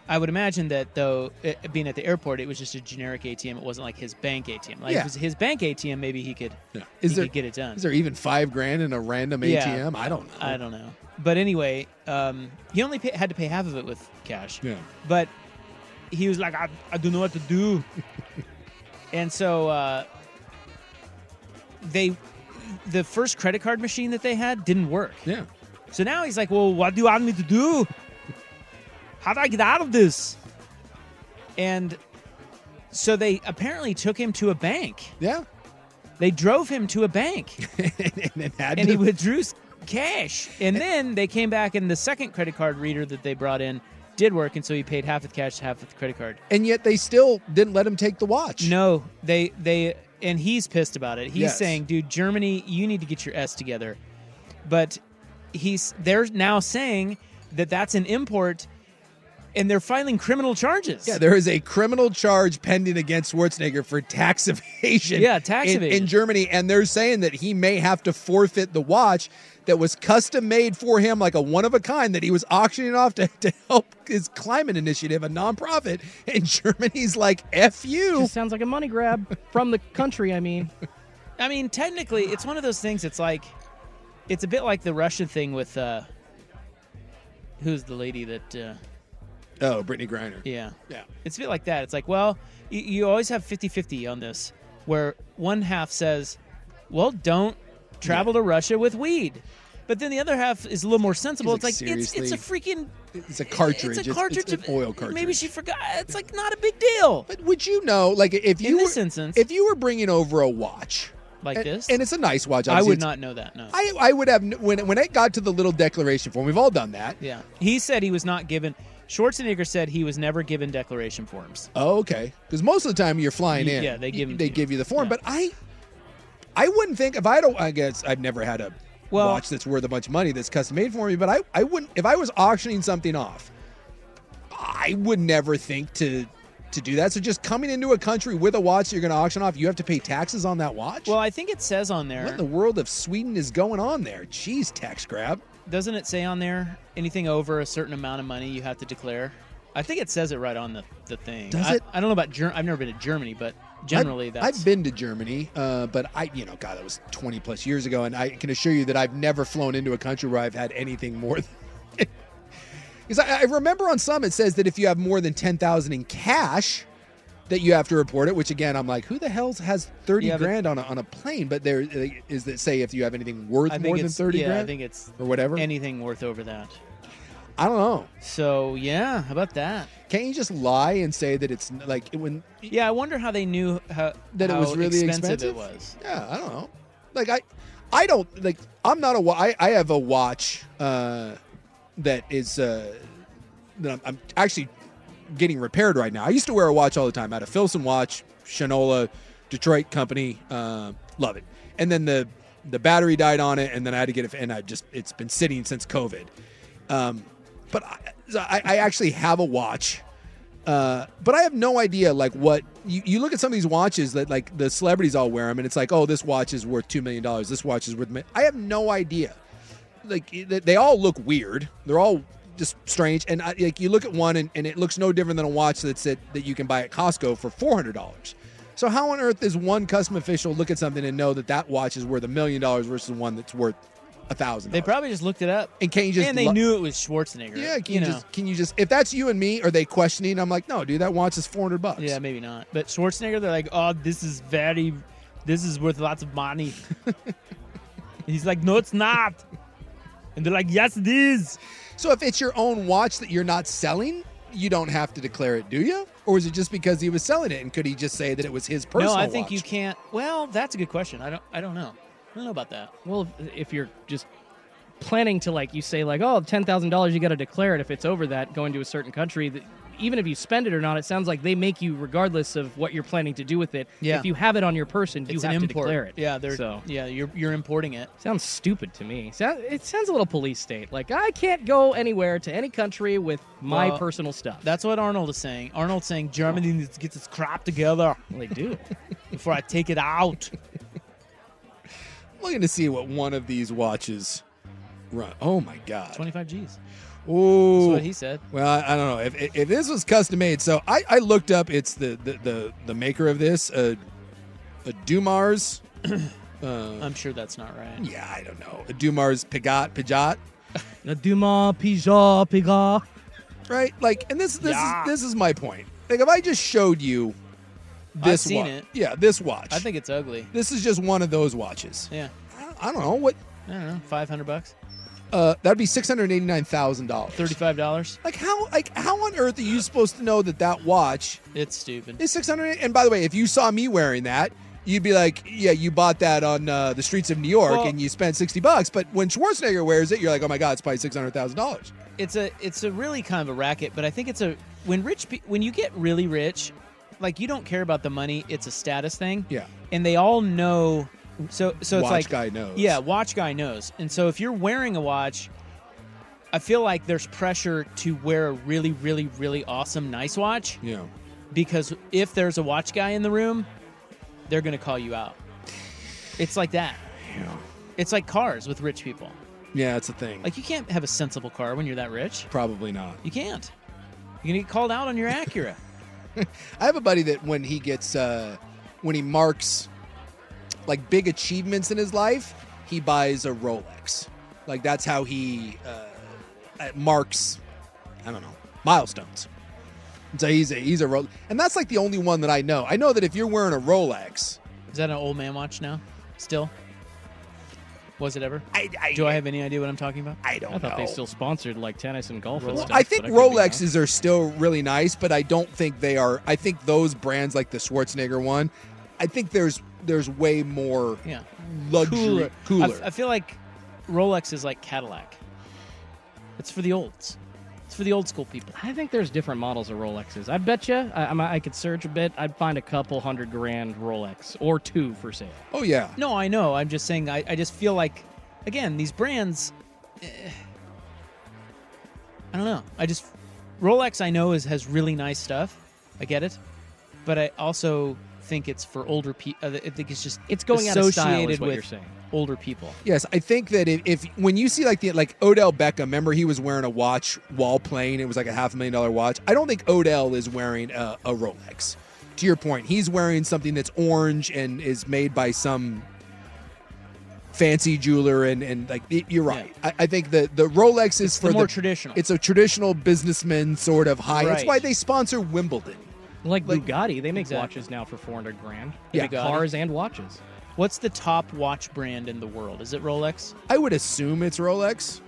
Speaker 2: I would imagine that though it, being at the airport it was just a generic ATM. It wasn't like his bank ATM. Like if
Speaker 10: Yeah.
Speaker 2: it was his bank ATM maybe he could
Speaker 10: Is
Speaker 2: he
Speaker 10: there-
Speaker 2: could get it done.
Speaker 10: Is there even five grand in a random
Speaker 2: Yeah.
Speaker 10: ATM? I don't know.
Speaker 2: I don't know. But anyway, um, he only pa had to pay half of it with cash.
Speaker 10: Yeah.
Speaker 2: But he was like, I, I don't know what to
Speaker 10: (laughs)
Speaker 2: do. and so uh, they, the first credit card machine that they had didn't work.
Speaker 10: Yeah.
Speaker 2: So now he's like, well, what do you want me to do? How do I get out of this? And so they apparently took him to a bank.
Speaker 10: Yeah. (laughs)
Speaker 2: They drove him to a bank
Speaker 10: and had
Speaker 2: and
Speaker 10: to-
Speaker 2: he withdrew s- cash. And then they came back, and the second credit card reader that they brought in did work, and so he paid half with cash, half with the credit card.
Speaker 10: And yet they still didn't let him take the watch.
Speaker 2: No, they they and he's pissed about it. He's
Speaker 10: Yes.
Speaker 2: saying, "Dude, Germany, you need to get your s together." But he's they're now saying that that's an import, and they're filing criminal charges.
Speaker 10: Yeah, there is a criminal charge pending against Schwarzenegger for tax (laughs) evasion.
Speaker 2: Yeah, tax
Speaker 10: in,
Speaker 2: evasion.
Speaker 10: in Germany, and they're saying that he may have to forfeit the watch that was custom made for him, like a one of a kind that he was auctioning off to, (laughs) to help his climate initiative, a nonprofit. (laughs) And Germany's like, "F you."
Speaker 11: Just sounds like a money
Speaker 2: (laughs)
Speaker 11: grab from the country. I mean,
Speaker 2: I mean, technically, it's one of those things. It's like, it's a bit like the Russian thing with, uh, who's the lady that? Uh,
Speaker 10: Oh, Brittany Griner.
Speaker 2: yeah,
Speaker 10: Yeah.
Speaker 2: It's a bit like that. It's like, well, you, you always have 50-50 on this, where one half says, well, don't travel to Russia with weed, but then the other half is a little more sensible.
Speaker 10: He's like,
Speaker 2: it's like it's it's a freaking
Speaker 10: It's a cartridge.
Speaker 2: It's a cartridge.
Speaker 10: an oil cartridge.
Speaker 2: Maybe she forgot. It's like not a big deal.
Speaker 10: But would you know, like, if you
Speaker 2: In
Speaker 10: were,
Speaker 2: this instance-
Speaker 10: if you were bringing over a watch
Speaker 2: Like
Speaker 10: and-
Speaker 2: this?
Speaker 10: and it's a nice watch,
Speaker 2: I
Speaker 10: obviously,
Speaker 2: would
Speaker 10: it's-
Speaker 2: not know that. No.
Speaker 10: I, I would have n- when when it got to the little declaration form. We've all done that.
Speaker 2: Yeah. He said he was not given. Schwarzenegger said he was never given declaration forms.
Speaker 10: Oh, okay. Because most of the time you're flying
Speaker 2: You-
Speaker 10: in.
Speaker 2: yeah, they give 'em
Speaker 10: they
Speaker 2: to
Speaker 10: give you the form. But I, I wouldn't think if I don't. I guess I've never had a
Speaker 2: Well-
Speaker 10: watch that's worth a bunch of money that's custom made for me. But I, I wouldn't if I was auctioning something off. I would never think to to do that. So just coming into a country with a watch that you're going to auction off, you have to pay taxes on that watch.
Speaker 2: Well, I think it says on there.
Speaker 10: what in the world of Sweden is going on there? Jeez, tax grab.
Speaker 2: Doesn't it say on there anything over a certain amount of money you have to declare? I think it says it right on the, the thing.
Speaker 10: Does
Speaker 2: I,
Speaker 10: it?
Speaker 2: I don't know about Ger- I've never been to Germany, but generally
Speaker 10: I've,
Speaker 2: that's
Speaker 10: I've been to Germany, uh, but I, you know, God, that was 20 plus years ago, and I can assure you that I've never flown into a country where I've had anything more than. (laughs) Because I, I remember on some it says that if you have more than 10,000 in cash, that you have to report it. Which again, I'm like, who the hell has 30
Speaker 2: Yeah, but-
Speaker 10: grand on a, on a plane? But there they- is that say if you have anything worth
Speaker 2: I think
Speaker 10: more than
Speaker 2: it's-
Speaker 10: 30
Speaker 2: yeah,
Speaker 10: grand
Speaker 2: I think it's
Speaker 10: or whatever.
Speaker 2: anything worth over that.
Speaker 10: I don't know.
Speaker 2: So yeah, how about that?
Speaker 10: Can't you just lie and say that it's n- like when
Speaker 2: Yeah, I wonder how they knew how
Speaker 10: that it
Speaker 2: how
Speaker 10: was really
Speaker 2: expensive,
Speaker 10: expensive.
Speaker 2: it was.
Speaker 10: Yeah, I don't know. Like I, I don't like. I'm not a. wa- I I have a watch uh, that is uh, that I'm, I'm actually getting repaired right now. I used to wear a watch all the time. I had a Filson watch, Shinola, Detroit company. Uh, love it. And then the the battery died on it, and then I had to get it. And I just it's been sitting since COVID. Um, but I, so I, I actually have a watch uh, but I have no idea like what you, you look at some of these watches that like the celebrities all wear them and it's like oh this watch is worth two million dollars this watch is worth mi-" I have no idea like they they all look weird they're all just strange and I, like you look at one and, and it looks no different than a watch that's at, that you can buy at Costco for four hundred dollars So how on earth does one custom official look at something and know that that watch is worth a million dollars versus one that's worth a thousand?
Speaker 2: They probably just looked it up.
Speaker 10: And can you just
Speaker 2: and they
Speaker 10: lo-
Speaker 2: knew it was Schwarzenegger.
Speaker 10: Yeah, can
Speaker 2: you
Speaker 10: you,
Speaker 2: know.
Speaker 10: just can you just if that's you and me, are they questioning? I'm like, no, dude, that watch is four hundred bucks.
Speaker 2: Yeah, maybe not. But Schwarzenegger, they're like, oh, this is very, this is worth lots of (laughs) money. He's like, no, it's not. And they're like, yes, it is.
Speaker 10: So if it's your own watch that you're not selling, you don't have to declare it, do you? Or is it just because he was selling it, and could he just say that it was his personal?
Speaker 2: no, I think you
Speaker 10: watch?
Speaker 2: can't. Well, that's a good question. I don't. I don't know. I don't know about that.
Speaker 11: Well, if, if you're just planning to like, you say like, oh, ten thousand dollars, you got to declare it. If it's over that, going to a certain country, that, even if you spend it or not, it sounds like they make you regardless of what you're planning to do with it.
Speaker 2: Yeah.
Speaker 11: If you have it on your person, you
Speaker 2: it's
Speaker 11: have
Speaker 2: an
Speaker 11: to
Speaker 2: import.
Speaker 11: declare it.
Speaker 2: Yeah, they're.
Speaker 11: so.
Speaker 2: Yeah, you're you're importing it.
Speaker 11: Sounds stupid to me. Sound, it sounds a little police state. Like I can't go anywhere to any country with my
Speaker 2: Well,
Speaker 11: personal stuff.
Speaker 2: That's what Arnold is saying. Arnold's saying Germany needs to get its crap together.
Speaker 11: they do.
Speaker 2: Before I take it (laughs) out.
Speaker 10: I'm looking to see what one of these watches run. Oh my god,
Speaker 2: 25 G's.
Speaker 10: Ooh.
Speaker 2: That's what he said.
Speaker 10: Well, I, I don't know if, if, if this was custom made. So I, I looked up. It's the the the, the maker of this, uh, a Dumars. uh,
Speaker 2: I'm sure that's not right.
Speaker 10: yeah, I don't know. A Dumars Pigot Pijot.
Speaker 11: Duma Pija Piga.
Speaker 10: right? Like, and this this
Speaker 2: Yeah.
Speaker 10: is this is my point. Like, if I just showed you this
Speaker 2: I've seen
Speaker 10: wa-
Speaker 2: it.
Speaker 10: yeah, this watch.
Speaker 2: I think it's ugly.
Speaker 10: this is just one of those watches.
Speaker 2: Yeah.
Speaker 10: I don't know what.
Speaker 2: I don't know. 500 bucks.
Speaker 10: Uh, that'd be six hundred eighty nine thousand dollars.
Speaker 2: Thirty-five dollars.
Speaker 10: Like how like how on earth are you supposed to know that that watch
Speaker 2: It's stupid.
Speaker 10: is six hundred? And by the way, if you saw me wearing that. You'd be like, yeah, you bought that on uh, the streets of New York
Speaker 2: Well-
Speaker 10: and you spent sixty bucks. But when Schwarzenegger wears it, you're like, oh my god, it's probably six hundred thousand dollars.
Speaker 2: It's a it's a really kind of a racket, but I think it's a when rich pe- when you get really rich, like you don't care about the money. It's a status thing.
Speaker 10: Yeah.
Speaker 2: And they all know. So so it's
Speaker 10: Watch
Speaker 2: like
Speaker 10: guy knows.
Speaker 2: Yeah, watch guy knows. And so if you're wearing a watch, I feel like there's pressure to wear a really really really awesome nice watch
Speaker 10: Yeah.
Speaker 2: because if there's a watch guy in the room, they're gonna call you out. It's like that.
Speaker 10: Yeah.
Speaker 2: It's like cars with rich people.
Speaker 10: Yeah, it's a thing.
Speaker 2: Like you can't have a sensible car when you're that rich.
Speaker 10: Probably not.
Speaker 2: You can't. You're gonna get called out on your Acura.
Speaker 10: I have a buddy that when he gets uh, when he marks like big achievements in his life, he buys a Rolex. Like that's how he uh, uh, marks. I don't know milestones. So he's a he's a Rolex, and that's like the only one that I know. I know that if you're wearing a Rolex,
Speaker 2: (laughs) Is that an old man watch now? Still? Was it ever?
Speaker 10: I, I
Speaker 2: Do I have any idea what I'm talking about?
Speaker 10: I don't
Speaker 11: I thought
Speaker 10: know.
Speaker 11: they still sponsored like tennis and golf. and
Speaker 10: Well,
Speaker 11: stuff,
Speaker 10: I think
Speaker 11: but could be wrong.
Speaker 10: Rolexes are still really nice, but I don't think they are. I think those brands like the Schwarzenegger one, I think there's there's way more
Speaker 2: Yeah.
Speaker 10: luxury cooler.
Speaker 2: I, f- I feel like Rolex is like Cadillac. It's for the olds. It's for the old school people.
Speaker 11: I think there's different models of Rolexes. I bet you I, I'm- I could search a bit. I'd find a couple hundred grand Rolex or two for sale.
Speaker 10: oh yeah,
Speaker 2: No, I know. I'm just saying. I, I just feel like, again, these brands. eh, I don't know. I just Rolex. I know is has really nice stuff. I get it, but I also think it's for older people. I think it's just
Speaker 11: It's going out of
Speaker 2: associated
Speaker 11: style is what
Speaker 2: with
Speaker 11: you're saying.
Speaker 2: older people.
Speaker 10: Yes, I think that if, if when you see like the like Odell Beckham, remember he was wearing a watch while playing. It was like a half a million dollar watch. I don't think Odell is wearing a, a Rolex. To your point, he's wearing something that's orange and is made by some fancy jeweler, and and like y- you're right. I, I think the the Rolex is for
Speaker 2: the more
Speaker 10: the-
Speaker 2: traditional.
Speaker 10: It's a traditional businessman sort of high. That's
Speaker 2: Right.
Speaker 10: why they sponsor Wimbledon.
Speaker 11: Like,
Speaker 10: Like-
Speaker 11: Bugatti, they make
Speaker 2: Exactly.
Speaker 11: watches now for 400 grand.
Speaker 10: Yeah.
Speaker 11: They make cars and watches.
Speaker 2: What's the top watch brand in the world? Is it Rolex?
Speaker 10: I would assume it's Rolex.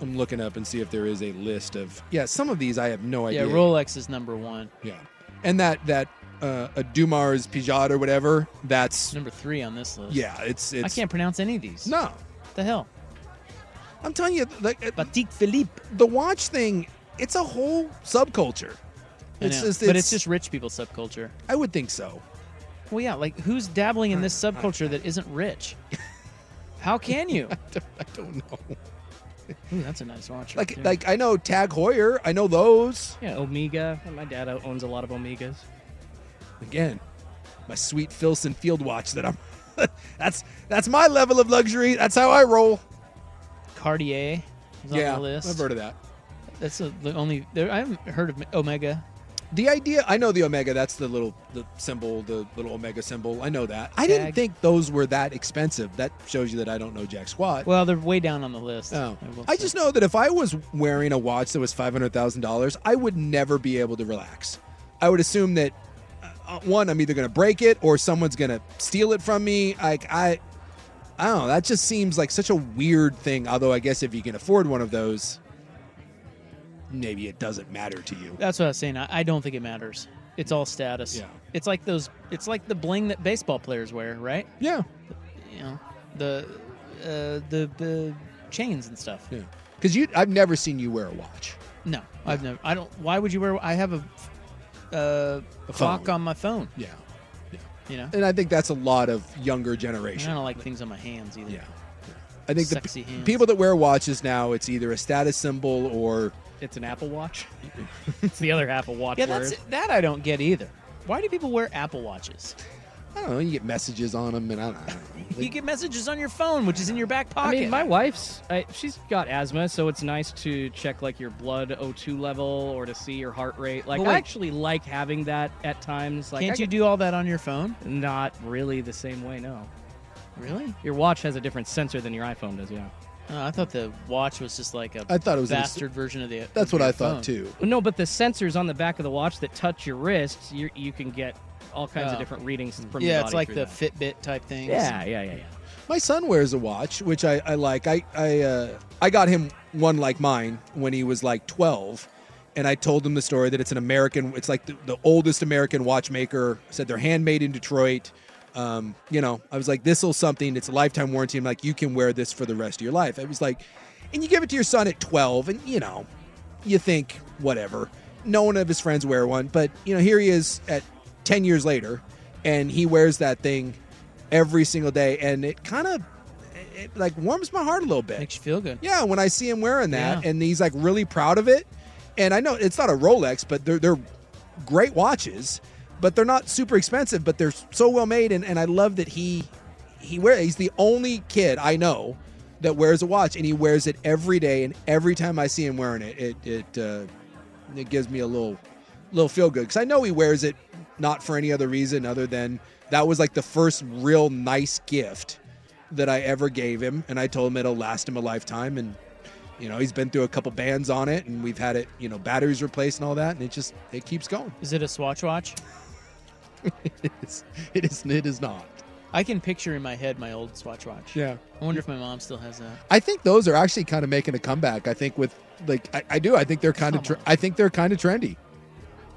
Speaker 10: I'm looking up and see if there is a list of yeah. Some of these I have no
Speaker 2: yeah,
Speaker 10: idea.
Speaker 2: Rolex is number one.
Speaker 10: Yeah, and that that uh, a Dumars Pijot or whatever. That's
Speaker 2: Number three on this list.
Speaker 10: yeah. It's it's
Speaker 2: I can't pronounce any of these.
Speaker 10: no.
Speaker 2: What the hell?
Speaker 10: I'm telling you, like uh,
Speaker 2: Batik Philippe.
Speaker 10: the watch thing. It's a whole subculture.
Speaker 2: I
Speaker 10: It's
Speaker 2: know.
Speaker 10: just,
Speaker 2: but it's just rich people subculture.
Speaker 10: I would think so.
Speaker 2: Well, yeah, like who's dabbling in this subculture that isn't
Speaker 10: (laughs)
Speaker 2: rich? How can you?
Speaker 10: I don't know.
Speaker 2: Ooh, that's a nice watch. right
Speaker 10: Like
Speaker 2: there.
Speaker 10: like I know Tag Heuer. I know those.
Speaker 11: Yeah, Omega. My dad owns a lot of Omegas.
Speaker 10: again my sweet Filson field watch that I'm (laughs) that's that's my level of luxury that's how I roll
Speaker 2: Cartier is on
Speaker 10: yeah
Speaker 2: the list.
Speaker 10: I've heard of that
Speaker 2: That's the the only. There, I haven't heard of Omega.
Speaker 10: The idea, I know the Omega. That's the little the symbol, the little Omega symbol. I know that. I didn't
Speaker 2: Tag.
Speaker 10: think those were that expensive. That shows you that I don't know jack squat.
Speaker 2: Well, they're way down on the list.
Speaker 10: Oh.
Speaker 2: will
Speaker 10: I
Speaker 2: say.
Speaker 10: just know that if I was wearing a watch that was five hundred thousand dollars, I would never be able to relax. I would assume that uh, one, I'm either going to break it or someone's going to steal it from me. Like I, I don't know. That just seems like such a weird thing. Although I guess if you can afford one of those, maybe it doesn't matter to you.
Speaker 2: That's what I was saying. I, I don't think it matters. It's all status.
Speaker 10: Yeah.
Speaker 2: It's like those. It's like the bling that baseball players wear, right?
Speaker 10: Yeah.
Speaker 2: You know the uh, the the chains and stuff.
Speaker 10: Yeah. Because you, I've never seen you wear a watch.
Speaker 2: No, I've never. I don't. Why would you wear? I have a, uh,
Speaker 10: A
Speaker 2: clock
Speaker 10: phone.
Speaker 2: on my phone.
Speaker 10: Yeah. Yeah.
Speaker 2: You know.
Speaker 10: And I think that's a lot of younger
Speaker 2: And
Speaker 10: generation.
Speaker 2: I don't like things on my hands either.
Speaker 10: Yeah. I think the
Speaker 2: Sexy
Speaker 10: pe-
Speaker 2: hands.
Speaker 10: people that wear watches now, it's either a status symbol or
Speaker 11: It's an Apple Watch. (laughs) it's the other Apple Watch.
Speaker 2: Yeah,
Speaker 11: where
Speaker 2: that's that I don't get either. Why do people wear Apple watches?
Speaker 10: I don't know. You get messages on them, and I
Speaker 2: (laughs)
Speaker 10: don't, I don't know.
Speaker 2: You get messages on your phone, which is in your back
Speaker 11: I
Speaker 2: pocket.
Speaker 11: mean, my wife's I, she's got asthma, so it's nice to check like your blood O2 level or to see your heart rate. Like
Speaker 2: But
Speaker 11: I
Speaker 2: wait.
Speaker 11: actually like having that at times. Like
Speaker 2: Can't
Speaker 11: I
Speaker 2: you do all that on your phone?
Speaker 11: Not really the same way. No.
Speaker 2: Really?
Speaker 11: Your watch has a different sensor than your iPhone does. Yeah.
Speaker 2: Oh, I thought the watch was just like a
Speaker 10: I thought it was an-
Speaker 2: bastard version of the. of
Speaker 10: That's what
Speaker 2: your
Speaker 10: I thought
Speaker 2: phone.
Speaker 10: too.
Speaker 11: Well, No, but the sensors on the back of the watch that touch your wrist, you you can get all kinds
Speaker 2: Oh.
Speaker 11: of different readings from your
Speaker 2: yeah,
Speaker 11: body
Speaker 2: it's like
Speaker 11: through
Speaker 2: the
Speaker 11: that.
Speaker 2: Fitbit type thing.
Speaker 11: Yeah, yeah, yeah, yeah.
Speaker 10: My son wears a watch, which I, I like. I I uh, I got him one like mine when he was like twelve, and I told him the story that it's an American. It's like the, the oldest American watchmaker. Said they're handmade in Detroit. Um, you know, I was like, this'll something. It's a lifetime warranty. I'm like, you can wear this for the rest of your life. I was like, and you give it to your son at twelve, and you know, you think whatever. No one of his friends wear one, but you know, here he is at 10 years later and he wears that thing every single day and it kind of it like warms my heart a little bit.
Speaker 2: makes you feel good.
Speaker 10: Yeah, when I see him wearing that
Speaker 2: Yeah.
Speaker 10: and he's like really proud of it. And I know it's not a Rolex, but they're they're great watches, but they're not super expensive, but they're so well made and, and I love that he he wear he's the only kid I know that wears a watch and he wears it every day and every time I see him wearing it it it uh, it gives me a little little feel good cuz I know he wears it not for any other reason other than that was like the first real nice gift that I ever gave him and I told him it'll last him a lifetime and you know he's been through a couple bands on it and we've had it you know batteries replaced and all that and it just it keeps going
Speaker 2: Is it a Swatch watch?
Speaker 10: (laughs) it is it is it is not
Speaker 2: I can picture in my head my old Swatch watch.
Speaker 10: Yeah.
Speaker 2: I wonder if my mom still has that.
Speaker 10: I think those are actually kind of making a comeback. I think with like I, I do. I think they're kind of. Tr- I think they're kind of trendy.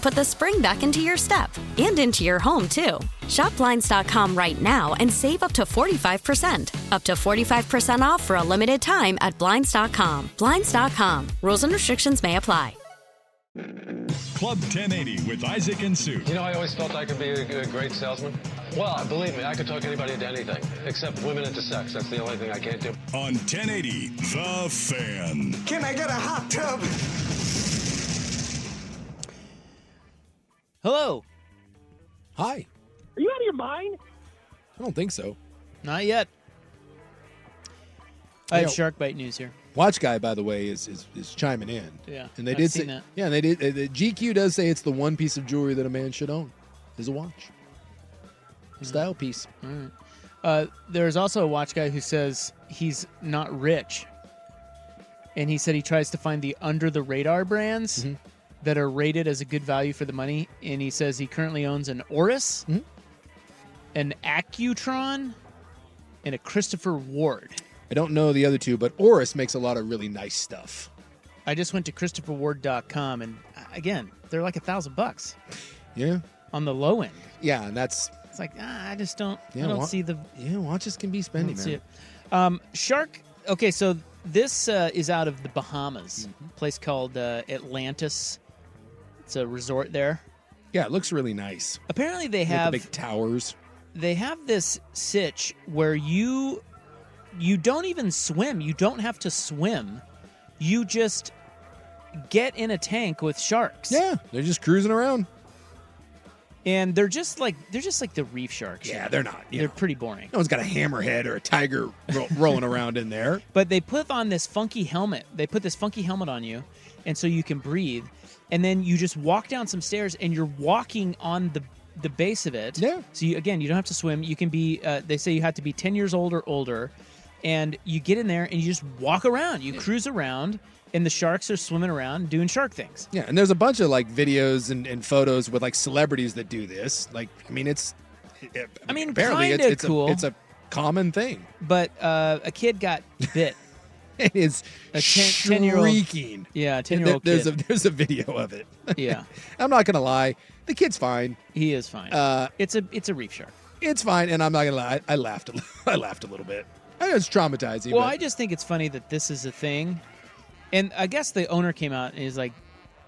Speaker 16: put the spring back into your step and into your home, too. Shop Blinds.com right now and save up to 45%. Up to 45% off for a limited time at Blinds.com. Blinds.com. Rules and restrictions may apply.
Speaker 4: Club 1080 with Isaac and Sue.
Speaker 1: You know, I always felt I could be a, a great salesman. Well, believe me, I could talk anybody into anything, except women into sex. That's the only thing I can't do.
Speaker 4: On 1080, The Fan.
Speaker 7: Can I get a hot tub?
Speaker 2: Hello.
Speaker 10: Hi.
Speaker 17: Are you out of your mind?
Speaker 10: I don't think so.
Speaker 2: Not yet. I
Speaker 10: You
Speaker 2: have
Speaker 10: know-
Speaker 2: shark bite news here.
Speaker 10: Watch guy, by the way, is is, is chiming in.
Speaker 2: Yeah,
Speaker 10: and they
Speaker 2: I've
Speaker 10: did
Speaker 2: seen
Speaker 10: say,
Speaker 2: that.
Speaker 10: yeah, and they did. uh, the GQ does say it's the one piece of jewelry that a man should own, is a watch.
Speaker 2: Hmm.
Speaker 10: Style piece.
Speaker 2: All right. Uh, there's also a watch guy who says he's not rich. And he said he tries to find the under the radar brands that are rated as a good value for the money. And he says he currently owns an Oris, an Accutron, and a Christopher Ward.
Speaker 10: I don't know the other two, but Oris makes a lot of really nice stuff.
Speaker 2: I just went to ChristopherWard.com, and uh, again, they're like a thousand bucks
Speaker 10: Yeah,
Speaker 2: on the low end.
Speaker 10: yeah, and that's
Speaker 2: It's like ah, I just don't.
Speaker 10: Yeah,
Speaker 2: I don't
Speaker 10: wa-
Speaker 2: see the.
Speaker 10: Yeah, watches can be
Speaker 2: I
Speaker 10: spendy,
Speaker 2: don't see
Speaker 10: man.
Speaker 2: it. Um, shark. Okay, so this uh, is out of the Bahamas,
Speaker 10: Mm-hmm.
Speaker 2: a place called uh, Atlantis. It's a resort there.
Speaker 10: Yeah, it looks really nice.
Speaker 2: Apparently, they
Speaker 10: With the
Speaker 2: have
Speaker 10: big towers.
Speaker 2: they have this sitch where you you don't even swim. You don't have to swim. You just get in a tank with sharks.
Speaker 10: Yeah, they're just cruising around.
Speaker 2: And they're just like they're just like the reef sharks.
Speaker 10: Yeah, they're not, you
Speaker 2: They're
Speaker 10: know.
Speaker 2: pretty boring.
Speaker 10: No one's got a hammerhead or a tiger ro- rolling (laughs) around in there.
Speaker 2: But they put on this funky helmet. They put this funky helmet on you, and so you can breathe. And then you just walk down some stairs, and you're walking on the the base of it. Yeah. So you, again, you don't have to swim. You can be. Uh, they say you have to be ten years old or older, and you get in there and you just walk around. You cruise around, and the sharks are swimming around doing shark things.
Speaker 10: Yeah, and there's a bunch of like videos and, and photos with like celebrities that do this. Like, I mean, it's. I
Speaker 2: I mean,
Speaker 10: apparently it's,
Speaker 2: kinda
Speaker 10: it's
Speaker 2: cool.
Speaker 10: A, it's a common thing. (laughs)
Speaker 2: But uh, a kid got bit.
Speaker 10: it is
Speaker 2: a ten year old
Speaker 10: shrieking.
Speaker 2: Yeah,
Speaker 10: And
Speaker 2: ten year old.
Speaker 10: (laughs) there- There's a there's a video of it. (laughs)
Speaker 2: yeah.
Speaker 10: I'm not gonna lie, the kid's fine.
Speaker 2: He is fine.
Speaker 10: Uh,
Speaker 2: it's a it's a reef shark.
Speaker 10: It's fine, and I'm not gonna lie. I, I laughed a li- (laughs) I laughed a little bit. I know it's traumatizing.
Speaker 2: Well,
Speaker 10: but
Speaker 2: I just think it's funny that this is a thing. And I guess the owner came out and is like,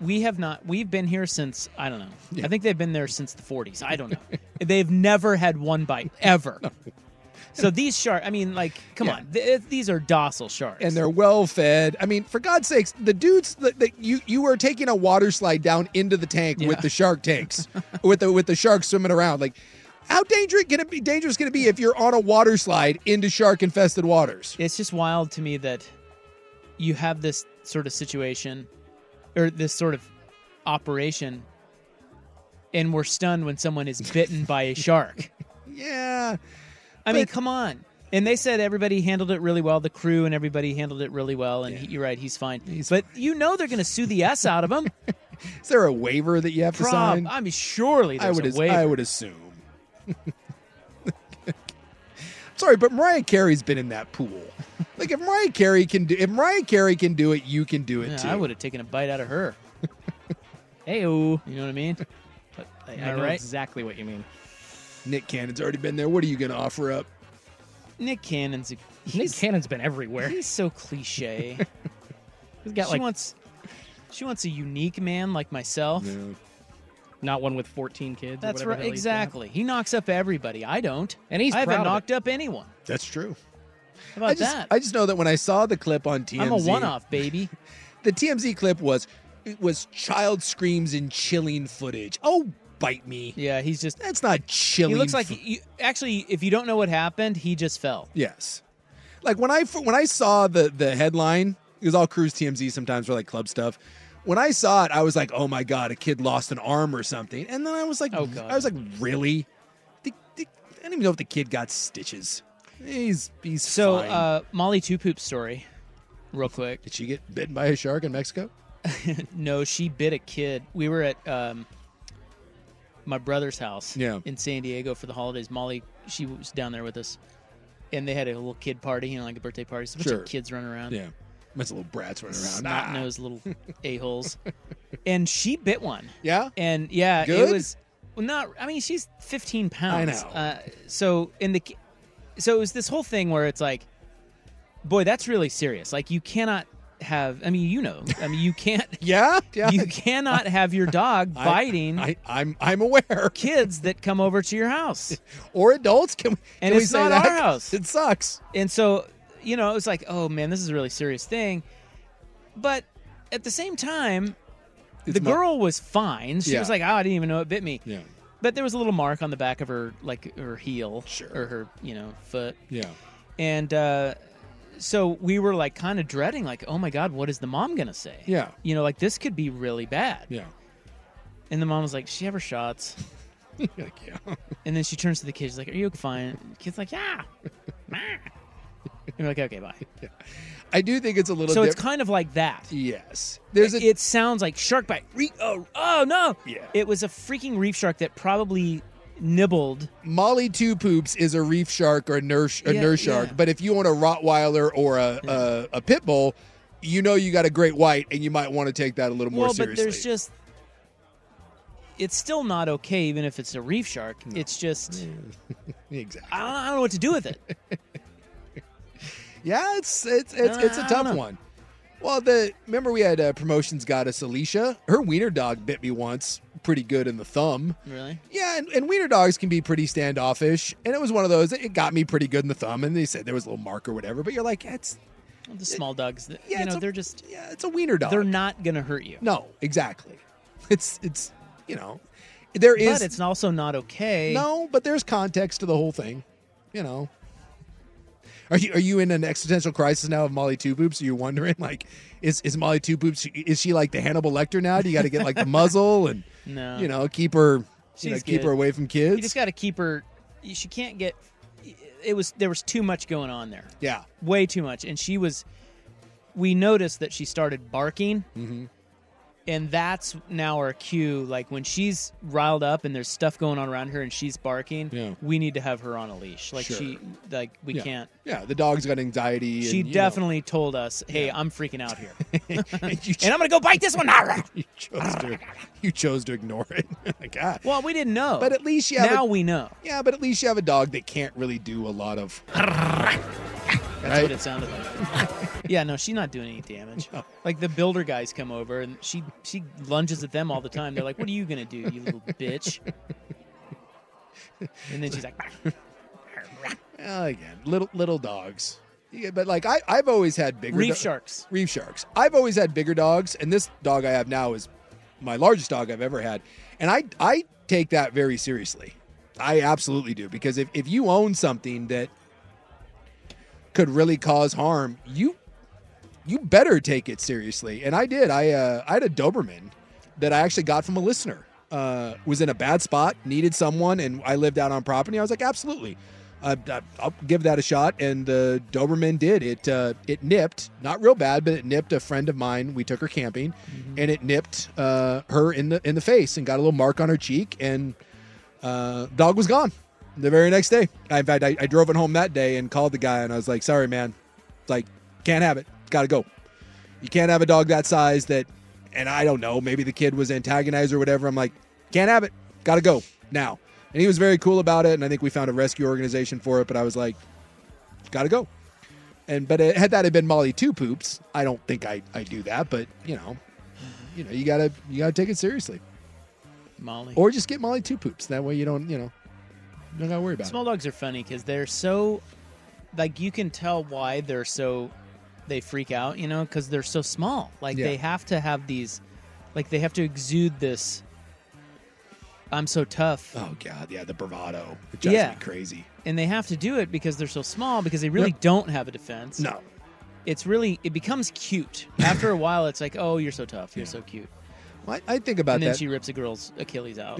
Speaker 2: we have not, we've been here since, I don't know. I think they've been there since the 40s. I don't know. (laughs) they've never had one
Speaker 10: (laughs)
Speaker 2: bite, ever. So these sharks, I mean, like, come on. Th- these are docile sharks.
Speaker 10: and they're well fed. I mean, for God's sakes, the dudes that, that you you are taking a water slide down into the tank with the
Speaker 2: (laughs)
Speaker 10: shark tanks, with the with the sharks swimming around. Like, how dangerous can it be? Dangerous can it be if you're on a water slide into shark infested waters?
Speaker 2: It's just wild to me that you have this sort of situation or this sort of operation, and we're stunned when someone is bitten by a
Speaker 10: (laughs)
Speaker 2: shark.
Speaker 10: Yeah.
Speaker 2: I mean, come on. And they said everybody handled it really well. The crew and everybody handled it really well. And he, you're right, he's fine. but you know they're going to sue the S out
Speaker 11: (laughs)
Speaker 2: of him.
Speaker 10: Is there a waiver that you have to
Speaker 2: Prob-
Speaker 10: sign?
Speaker 2: I mean, surely
Speaker 10: I
Speaker 2: there's
Speaker 10: would
Speaker 2: a
Speaker 10: as-
Speaker 2: waiver.
Speaker 10: I would assume. (laughs) Sorry, but Mariah Carey's been in that pool. Like if Mariah Carey can do if Mariah Carey can do it, you can do it
Speaker 2: Yeah,
Speaker 10: too.
Speaker 2: I would have taken a bite out of
Speaker 11: (laughs)
Speaker 2: her. hey, you know what I mean?
Speaker 11: I, I
Speaker 2: Am I
Speaker 11: know
Speaker 2: right?
Speaker 11: exactly what you mean.
Speaker 10: Nick Cannon's already been there. What are you going to offer up?
Speaker 2: Nick Cannon's a,
Speaker 11: Nick Cannon's been everywhere.
Speaker 2: he's
Speaker 11: (laughs)
Speaker 2: so cliche.
Speaker 11: He's got
Speaker 2: she
Speaker 11: like
Speaker 2: wants she wants a unique man like myself.
Speaker 11: not one with 14 kids. or
Speaker 2: That's
Speaker 11: whatever the
Speaker 2: right.
Speaker 11: hell he's got.
Speaker 2: Exactly. He knocks up everybody. I don't.
Speaker 11: And he's
Speaker 2: I haven't
Speaker 11: proud of it.
Speaker 2: knocked up anyone.
Speaker 10: That's true.
Speaker 2: How about
Speaker 10: I just,
Speaker 2: that?
Speaker 10: I just know that when I saw the clip on TMZ,
Speaker 2: I'm a one-off
Speaker 11: (laughs)
Speaker 2: baby.
Speaker 10: The TMZ clip was it was child screams in chilling footage. Oh, bite me.
Speaker 2: Yeah, he's just
Speaker 10: that's not chilling.
Speaker 2: Eh, He looks like
Speaker 10: fo-
Speaker 2: you, actually, if you don't know what happened, he just fell.
Speaker 10: yes. Like when I f- when I saw the the headline, because I'll cruise TMZ sometimes for like club stuff. When I saw it, I was like, "Oh my god, a kid lost an arm or something," and then I was like,
Speaker 2: Oh,
Speaker 10: "I was like, really? The, the, I don't even know if the kid got stitches. He's he's
Speaker 2: So
Speaker 10: fine.
Speaker 2: uh, Molly Two Poop story, real quick.
Speaker 10: Did she get bitten by a shark in Mexico?
Speaker 2: no, she bit a kid. We were at um, my brother's house
Speaker 10: Yeah.
Speaker 2: in San Diego for the holidays. Molly, she was down there with us, and they had a little kid party, you know, like a birthday party. So a bunch
Speaker 10: Sure.
Speaker 2: of kids running around.
Speaker 10: Yeah. Bunch of little brats running around.
Speaker 2: Snot nosed
Speaker 10: (laughs)
Speaker 2: little a holes. And she bit one.
Speaker 10: Yeah.
Speaker 2: And yeah,
Speaker 10: Good?
Speaker 2: it was. Well, not. I mean, she's 15 pounds.
Speaker 10: I know.
Speaker 2: Uh, so in the, ki- so it was this whole thing where it's like, boy, that's really serious. Like you cannot have. I mean, you know. I mean, you can't.
Speaker 10: yeah. (laughs) Yeah.
Speaker 2: You cannot have your dog
Speaker 10: (laughs) I-
Speaker 2: biting.
Speaker 10: I, am I'm aware.
Speaker 2: Kids that come over to your house
Speaker 10: or adults can.
Speaker 2: and
Speaker 10: can we
Speaker 2: it's
Speaker 10: say
Speaker 2: not
Speaker 10: that?
Speaker 2: our house.
Speaker 10: It sucks.
Speaker 2: And so, you know, it was like, oh man, this is a really serious thing. But at the same time, the
Speaker 10: mo-
Speaker 2: girl was fine. She
Speaker 10: Yeah.
Speaker 2: was like, oh, I didn't even know it bit me.
Speaker 10: Yeah.
Speaker 2: But there was a little mark on the back of her, like her heel or her, you know, foot.
Speaker 10: Yeah.
Speaker 2: And uh, so we were like kind of dreading, like, oh my God, what is the mom going to say?
Speaker 10: Yeah.
Speaker 2: You know, like this could be really bad.
Speaker 10: Yeah.
Speaker 2: And the mom was like, she had her shots. (laughs) And then she turns to the kid. She's like, are you fine? And the kid's like, yeah. Meh. and we're like, okay, bye.
Speaker 10: (laughs) I do think it's a little.
Speaker 2: so
Speaker 10: diff-
Speaker 2: it's kind of like that.
Speaker 10: Yes. There's
Speaker 2: it, it sounds like shark bite. Re- oh, oh no.
Speaker 10: Yeah.
Speaker 2: It was a freaking reef shark that probably nibbled.
Speaker 10: Molly Two Poops is a reef shark or a nurse a
Speaker 2: Yeah,
Speaker 10: nurse shark,
Speaker 2: yeah.
Speaker 10: but if you own a Rottweiler or a, a a pit bull, you know you got a great white, and you might want to take that a little more
Speaker 2: well,
Speaker 10: seriously.
Speaker 2: but there's just it's still not okay even if it's a reef shark. It's just
Speaker 10: exactly.
Speaker 2: I don't, I don't know what to do with
Speaker 10: (laughs)
Speaker 2: it.
Speaker 10: Yeah, it's it's it's, it's a
Speaker 2: I don't
Speaker 10: tough
Speaker 2: know.
Speaker 10: one. Well, the remember we had uh, promotions goddess Alicia. Her wiener dog bit me once, pretty good in the thumb.
Speaker 2: Really?
Speaker 10: Yeah, and, and wiener dogs can be pretty standoffish, and it was one of those. It got me pretty good in the thumb, and they said there was a little mark or whatever. But you're like, it's
Speaker 2: Well, the small dogs, that,
Speaker 10: yeah,
Speaker 2: you
Speaker 10: it's
Speaker 2: know,
Speaker 10: a-
Speaker 2: they're just
Speaker 10: yeah, it's a wiener dog.
Speaker 2: they're not gonna hurt you.
Speaker 10: no, exactly. It's it's you know there is
Speaker 2: but it's also not okay.
Speaker 10: no, but there's context to the whole thing. You know, are you are you in an existential crisis now of Molly Two Boobs? Are you wondering like, is is Molly Two Boobs? Is she like the Hannibal Lecter now? Do you got to get
Speaker 2: (laughs)
Speaker 10: like the muzzle and
Speaker 2: No.
Speaker 10: you know keep her you know,
Speaker 2: She's
Speaker 10: keep
Speaker 2: good.
Speaker 10: her away from kids?
Speaker 2: You just got to keep her. She can't get. It was there was too much going on there.
Speaker 10: yeah,
Speaker 2: way too much and she was we noticed that she started barking
Speaker 10: Mm-hmm.
Speaker 2: and that's now our cue like when she's riled up and there's stuff going on around her and she's barking
Speaker 10: Yeah.
Speaker 2: we need to have her on a leash like
Speaker 10: Sure.
Speaker 2: she like we
Speaker 10: Yeah.
Speaker 2: can't
Speaker 10: yeah. The dog's got anxiety.
Speaker 2: she
Speaker 10: and, you know, (laughs)
Speaker 2: definitely told us hey i'm freaking out here and i'm gonna go bite this one (laughs)
Speaker 10: you (laughs) chose to you chose to ignore it. (laughs) God.
Speaker 2: well we didn't know
Speaker 10: But at least you have a-
Speaker 2: now we know
Speaker 10: Yeah, but at least you have a dog that can't really do a lot of.
Speaker 2: that's what it sounded like (laughs) yeah no she's not doing any damage like the builder guys come over and she she lunges at them all the time they're like what are you gonna do you little bitch and then she's like (laughs)
Speaker 10: Well, Uh, again, little little dogs. Yeah, but like I, I've always had bigger
Speaker 2: Reef
Speaker 10: do-
Speaker 2: sharks.
Speaker 10: Reef sharks. I've always had bigger dogs, and this dog I have now is my largest dog I've ever had, and I I take that very seriously. I absolutely do because if if you own something that could really cause harm, you you better take it seriously. And I did. I uh, I had a Doberman that I actually got from a listener. Uh, was in a bad spot, needed someone, and I lived out on property. I was like, absolutely, I, I, I'll give that a shot. And the Doberman did it. Uh, it nipped, not real bad, but it nipped a friend of mine. We took her camping, and it nipped uh, her in the in the face and got a little mark on her cheek. And uh, dog was gone the very next day. I- In fact, I, I drove it home that day and called the guy, and I was like, "Sorry, man, It's like can't have it. Got to go. You can't have a dog that size that." And I don't know, maybe the kid was antagonized or whatever. I'm like, "Can't have it. Got to go now." And he was very cool about it, and I think we found a rescue organization for it. But I was like, "Got to go." And but it, had that had been Molly Two Poops, I don't think I I do that. But you know, you know, you gotta you gotta take it seriously,
Speaker 2: molly
Speaker 10: or just get Molly Two Poops. That way you don't you know. Don't gotta worry about it.
Speaker 2: small dogs are funny because they're so like you can tell why they're so they freak out you know because they're so small like
Speaker 10: Yeah.
Speaker 2: they have to have these like they have to exude this i'm so tough
Speaker 10: Oh god, yeah, the bravado. It drives
Speaker 2: Yeah.
Speaker 10: me crazy.
Speaker 2: and they have to do it because they're so small because they really
Speaker 10: Yep.
Speaker 2: don't have a defense.
Speaker 10: No.
Speaker 2: It's really it becomes cute. After a while it's like, "Oh, you're so tough. You're so cute."
Speaker 10: Well, I, I think about
Speaker 2: and then
Speaker 10: that.
Speaker 2: she rips a girl's Achilles
Speaker 10: (laughs)
Speaker 2: out.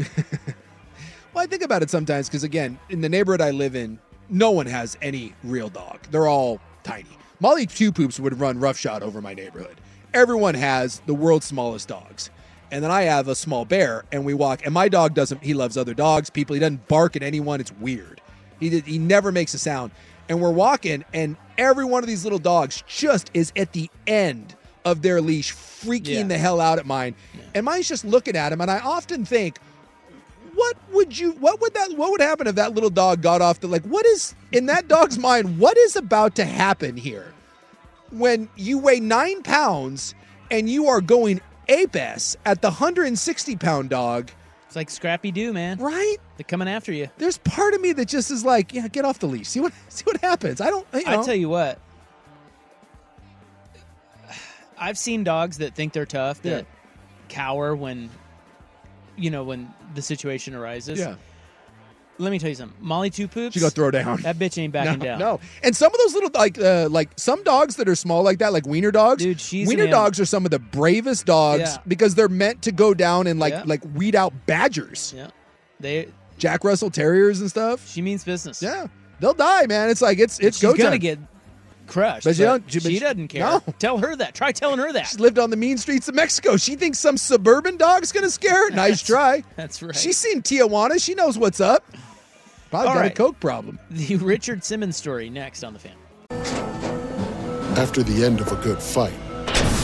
Speaker 10: well, I think about it sometimes because again, in the neighborhood I live in, no one has any real dog. They're all tiny. Molly Two Poops would run roughshod over my neighborhood. Everyone has the world's smallest dogs. and then I have a small bear, and we walk. And my dog doesn't. He loves other dogs, people. He doesn't bark at anyone. It's weird. He did, he never makes a sound. And we're walking, and every one of these little dogs just is at the end of their leash, freaking
Speaker 3: Yeah.
Speaker 10: the hell out at mine. And mine's just looking at him. And I often think, what would you? What would that? What would happen if that little dog got off the like? What is in that dog's mind? What is about to happen here? when you weigh nine pounds and you are going ape ass at the 160 pound dog.
Speaker 2: It's like Scrappy Doo, man.
Speaker 10: Right?
Speaker 2: They're coming after you.
Speaker 10: There's part of me that just is like, yeah, get off the leash. See what see what happens. I don't. You know.
Speaker 2: I tell you what. I've seen dogs that think they're tough that cower when you know when the situation arises.
Speaker 10: Yeah.
Speaker 2: Let me tell you something. Molly two poops.
Speaker 10: She gonna throw down.
Speaker 2: That bitch ain't backing
Speaker 10: no,
Speaker 2: down.
Speaker 10: no. And some of those little like uh, like some dogs that are small like that, like wiener dogs. Dude,
Speaker 2: she's
Speaker 10: wiener
Speaker 2: an animal.
Speaker 10: dogs are some of the bravest dogs
Speaker 2: Yeah.
Speaker 10: because they're meant to go down and like
Speaker 2: Yeah.
Speaker 10: like weed out badgers.
Speaker 2: Yeah. They
Speaker 10: Jack Russell Terriers and stuff.
Speaker 2: She means business.
Speaker 10: Yeah. They'll die, man. It's like it's it's
Speaker 2: she's
Speaker 10: go
Speaker 2: gonna
Speaker 10: time.
Speaker 2: get crushed.
Speaker 10: But
Speaker 2: But,
Speaker 10: you don't-
Speaker 2: she,
Speaker 10: but she-
Speaker 2: doesn't care.
Speaker 10: no.
Speaker 2: Tell her that. Try telling her that.
Speaker 10: She's lived on the mean streets of Mexico. She thinks some suburban dog's gonna scare her. Nice try.
Speaker 2: That's right.
Speaker 10: She's seen Tijuana. She knows what's up. Probably
Speaker 2: All
Speaker 10: got a
Speaker 2: right.
Speaker 10: coke problem.
Speaker 2: the (laughs) Richard Simmons story next on the fan.
Speaker 17: After the end of a good fight,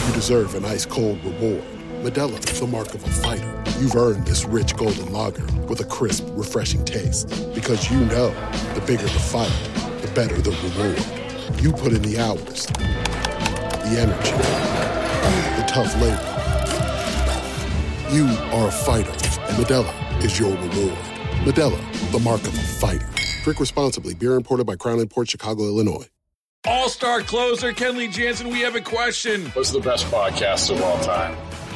Speaker 17: you deserve an ice cold reward. Medella is the mark of a fighter. You've earned this rich golden lager with a crisp, refreshing taste. Because you know the bigger the fight, the better the reward. You put in the hours, the energy, the tough labor. You are a fighter, and Medella is your reward. Medella, the mark of a fighter. Drink responsibly, beer imported by Crown Port Chicago, Illinois.
Speaker 18: All star closer Kenley Jansen, we have a question. What's the best podcast of all time?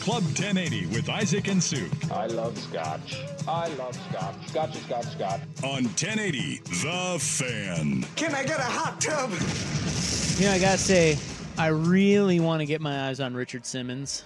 Speaker 4: Club 1080 with Isaac and Suk. I love scotch.
Speaker 19: I love Scott. Scotch is Scott, Scott.
Speaker 4: On 1080, The Fan.
Speaker 19: Can I get a hot tub?
Speaker 2: You know, I gotta say, I really want to get my eyes on Richard Simmons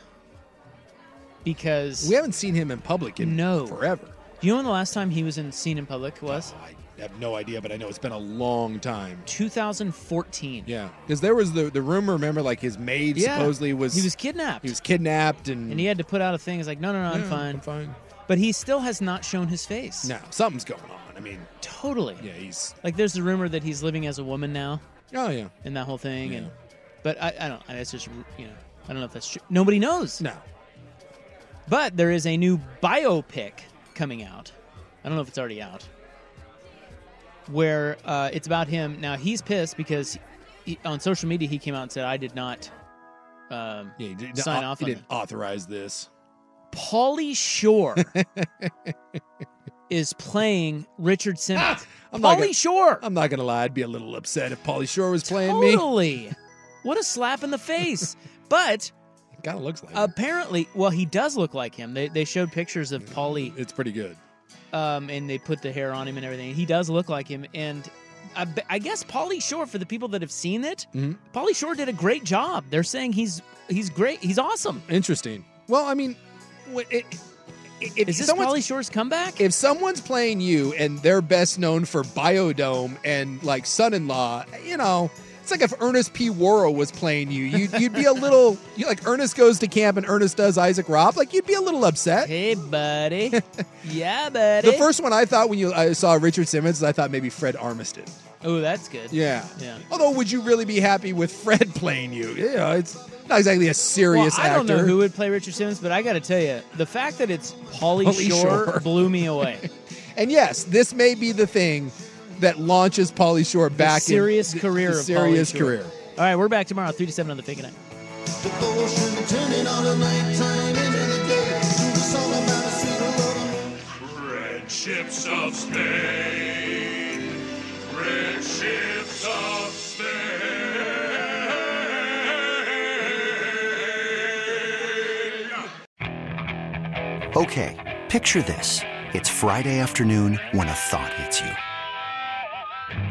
Speaker 2: because
Speaker 10: we haven't seen him in public in
Speaker 2: no
Speaker 10: forever.
Speaker 2: Do you know when the last time he was in seen in public was?
Speaker 10: I have no idea, but I know it's been a long time.
Speaker 2: 2014.
Speaker 10: Yeah, because there was the the rumor. Remember, like his maid
Speaker 2: Yeah.
Speaker 10: supposedly was
Speaker 2: He was kidnapped.
Speaker 10: He was kidnapped, and,
Speaker 2: And he had to put out a thing. He's like, no, no, no, I'm
Speaker 10: Yeah,
Speaker 2: fine.
Speaker 10: I'm fine.
Speaker 2: But he still has not shown his face.
Speaker 10: no, something's going on. I mean,
Speaker 2: Totally.
Speaker 10: yeah, he's
Speaker 2: Like, there's the rumor that he's living as a woman now.
Speaker 10: Oh yeah.
Speaker 2: And that whole thing. And but I, I don't. I- It's just you know. I don't know if that's true. Nobody knows.
Speaker 10: No.
Speaker 2: But there is a new biopic coming out. I don't know if it's already out. Where uh, it's about him. Now he's pissed because he, on social media he came out and said, "I did not um,
Speaker 10: yeah, he did,
Speaker 2: sign
Speaker 10: au-
Speaker 2: off
Speaker 10: He
Speaker 2: on
Speaker 10: didn't
Speaker 2: that."
Speaker 10: authorize this.
Speaker 2: Paulie
Speaker 10: (laughs)
Speaker 2: Shore is playing Richard Simmons.
Speaker 10: Ah, I'm not
Speaker 2: Paulie
Speaker 10: gonna-
Speaker 2: Shore.
Speaker 10: I'm not gonna lie, I'd be a little upset if Paulie Shore was playing me.
Speaker 2: Totally. What a slap
Speaker 10: (laughs)
Speaker 2: in the face. But
Speaker 10: Kind of looks like.
Speaker 2: apparently, well, he does look like him. They, they showed pictures of Paulie.
Speaker 10: It's pretty good.
Speaker 2: Um, and they put the hair on him and everything. He does look like him. And I, be- I guess Paulie Shore, for the people that have seen it,
Speaker 10: Mhm.
Speaker 2: Paulie Shore did a great job. They're saying he's he's great. He's awesome.
Speaker 10: Interesting. Well, I mean, what- it, i- if
Speaker 2: Is this
Speaker 10: someone's-
Speaker 2: Pauly Shore's comeback?
Speaker 10: If someone's playing you and they're best known for Biodome and like Son-in-Law, you know, it's like if Ernest P. Worrell was playing you, you'd, you'd
Speaker 2: (laughs)
Speaker 10: be a little you like Ernest goes to camp and Ernest does Isaac Robb, like you'd be a little upset.
Speaker 2: Hey,
Speaker 10: (laughs)
Speaker 2: buddy. yeah, buddy.
Speaker 10: The first one I thought when you I saw Richard Simmons, I thought maybe Fred Armiston.
Speaker 2: Oh, that's good.
Speaker 10: Yeah.
Speaker 2: Yeah.
Speaker 10: Although, would you really be happy with Fred (laughs) playing you? Yeah, it's not exactly a serious
Speaker 2: well, I don't
Speaker 10: actor.
Speaker 2: know who would play Richard Simmons, but I got to tell you, the fact that it's Paulie,
Speaker 10: Pauly
Speaker 2: Shore,
Speaker 10: Shore.
Speaker 2: blew me away.
Speaker 10: And yes, this may be the thing that launches Pauly Shore (laughs) back
Speaker 2: the serious
Speaker 10: in, the-
Speaker 2: career,
Speaker 10: the
Speaker 2: of Pauly
Speaker 10: serious
Speaker 2: Shore.
Speaker 10: career.
Speaker 2: All right, we're back tomorrow, three to seven on the Fake Night.
Speaker 4: Red Ships of Spain. Red Ships of Spain.
Speaker 20: Okay, picture this. It's Friday afternoon when a thought hits you.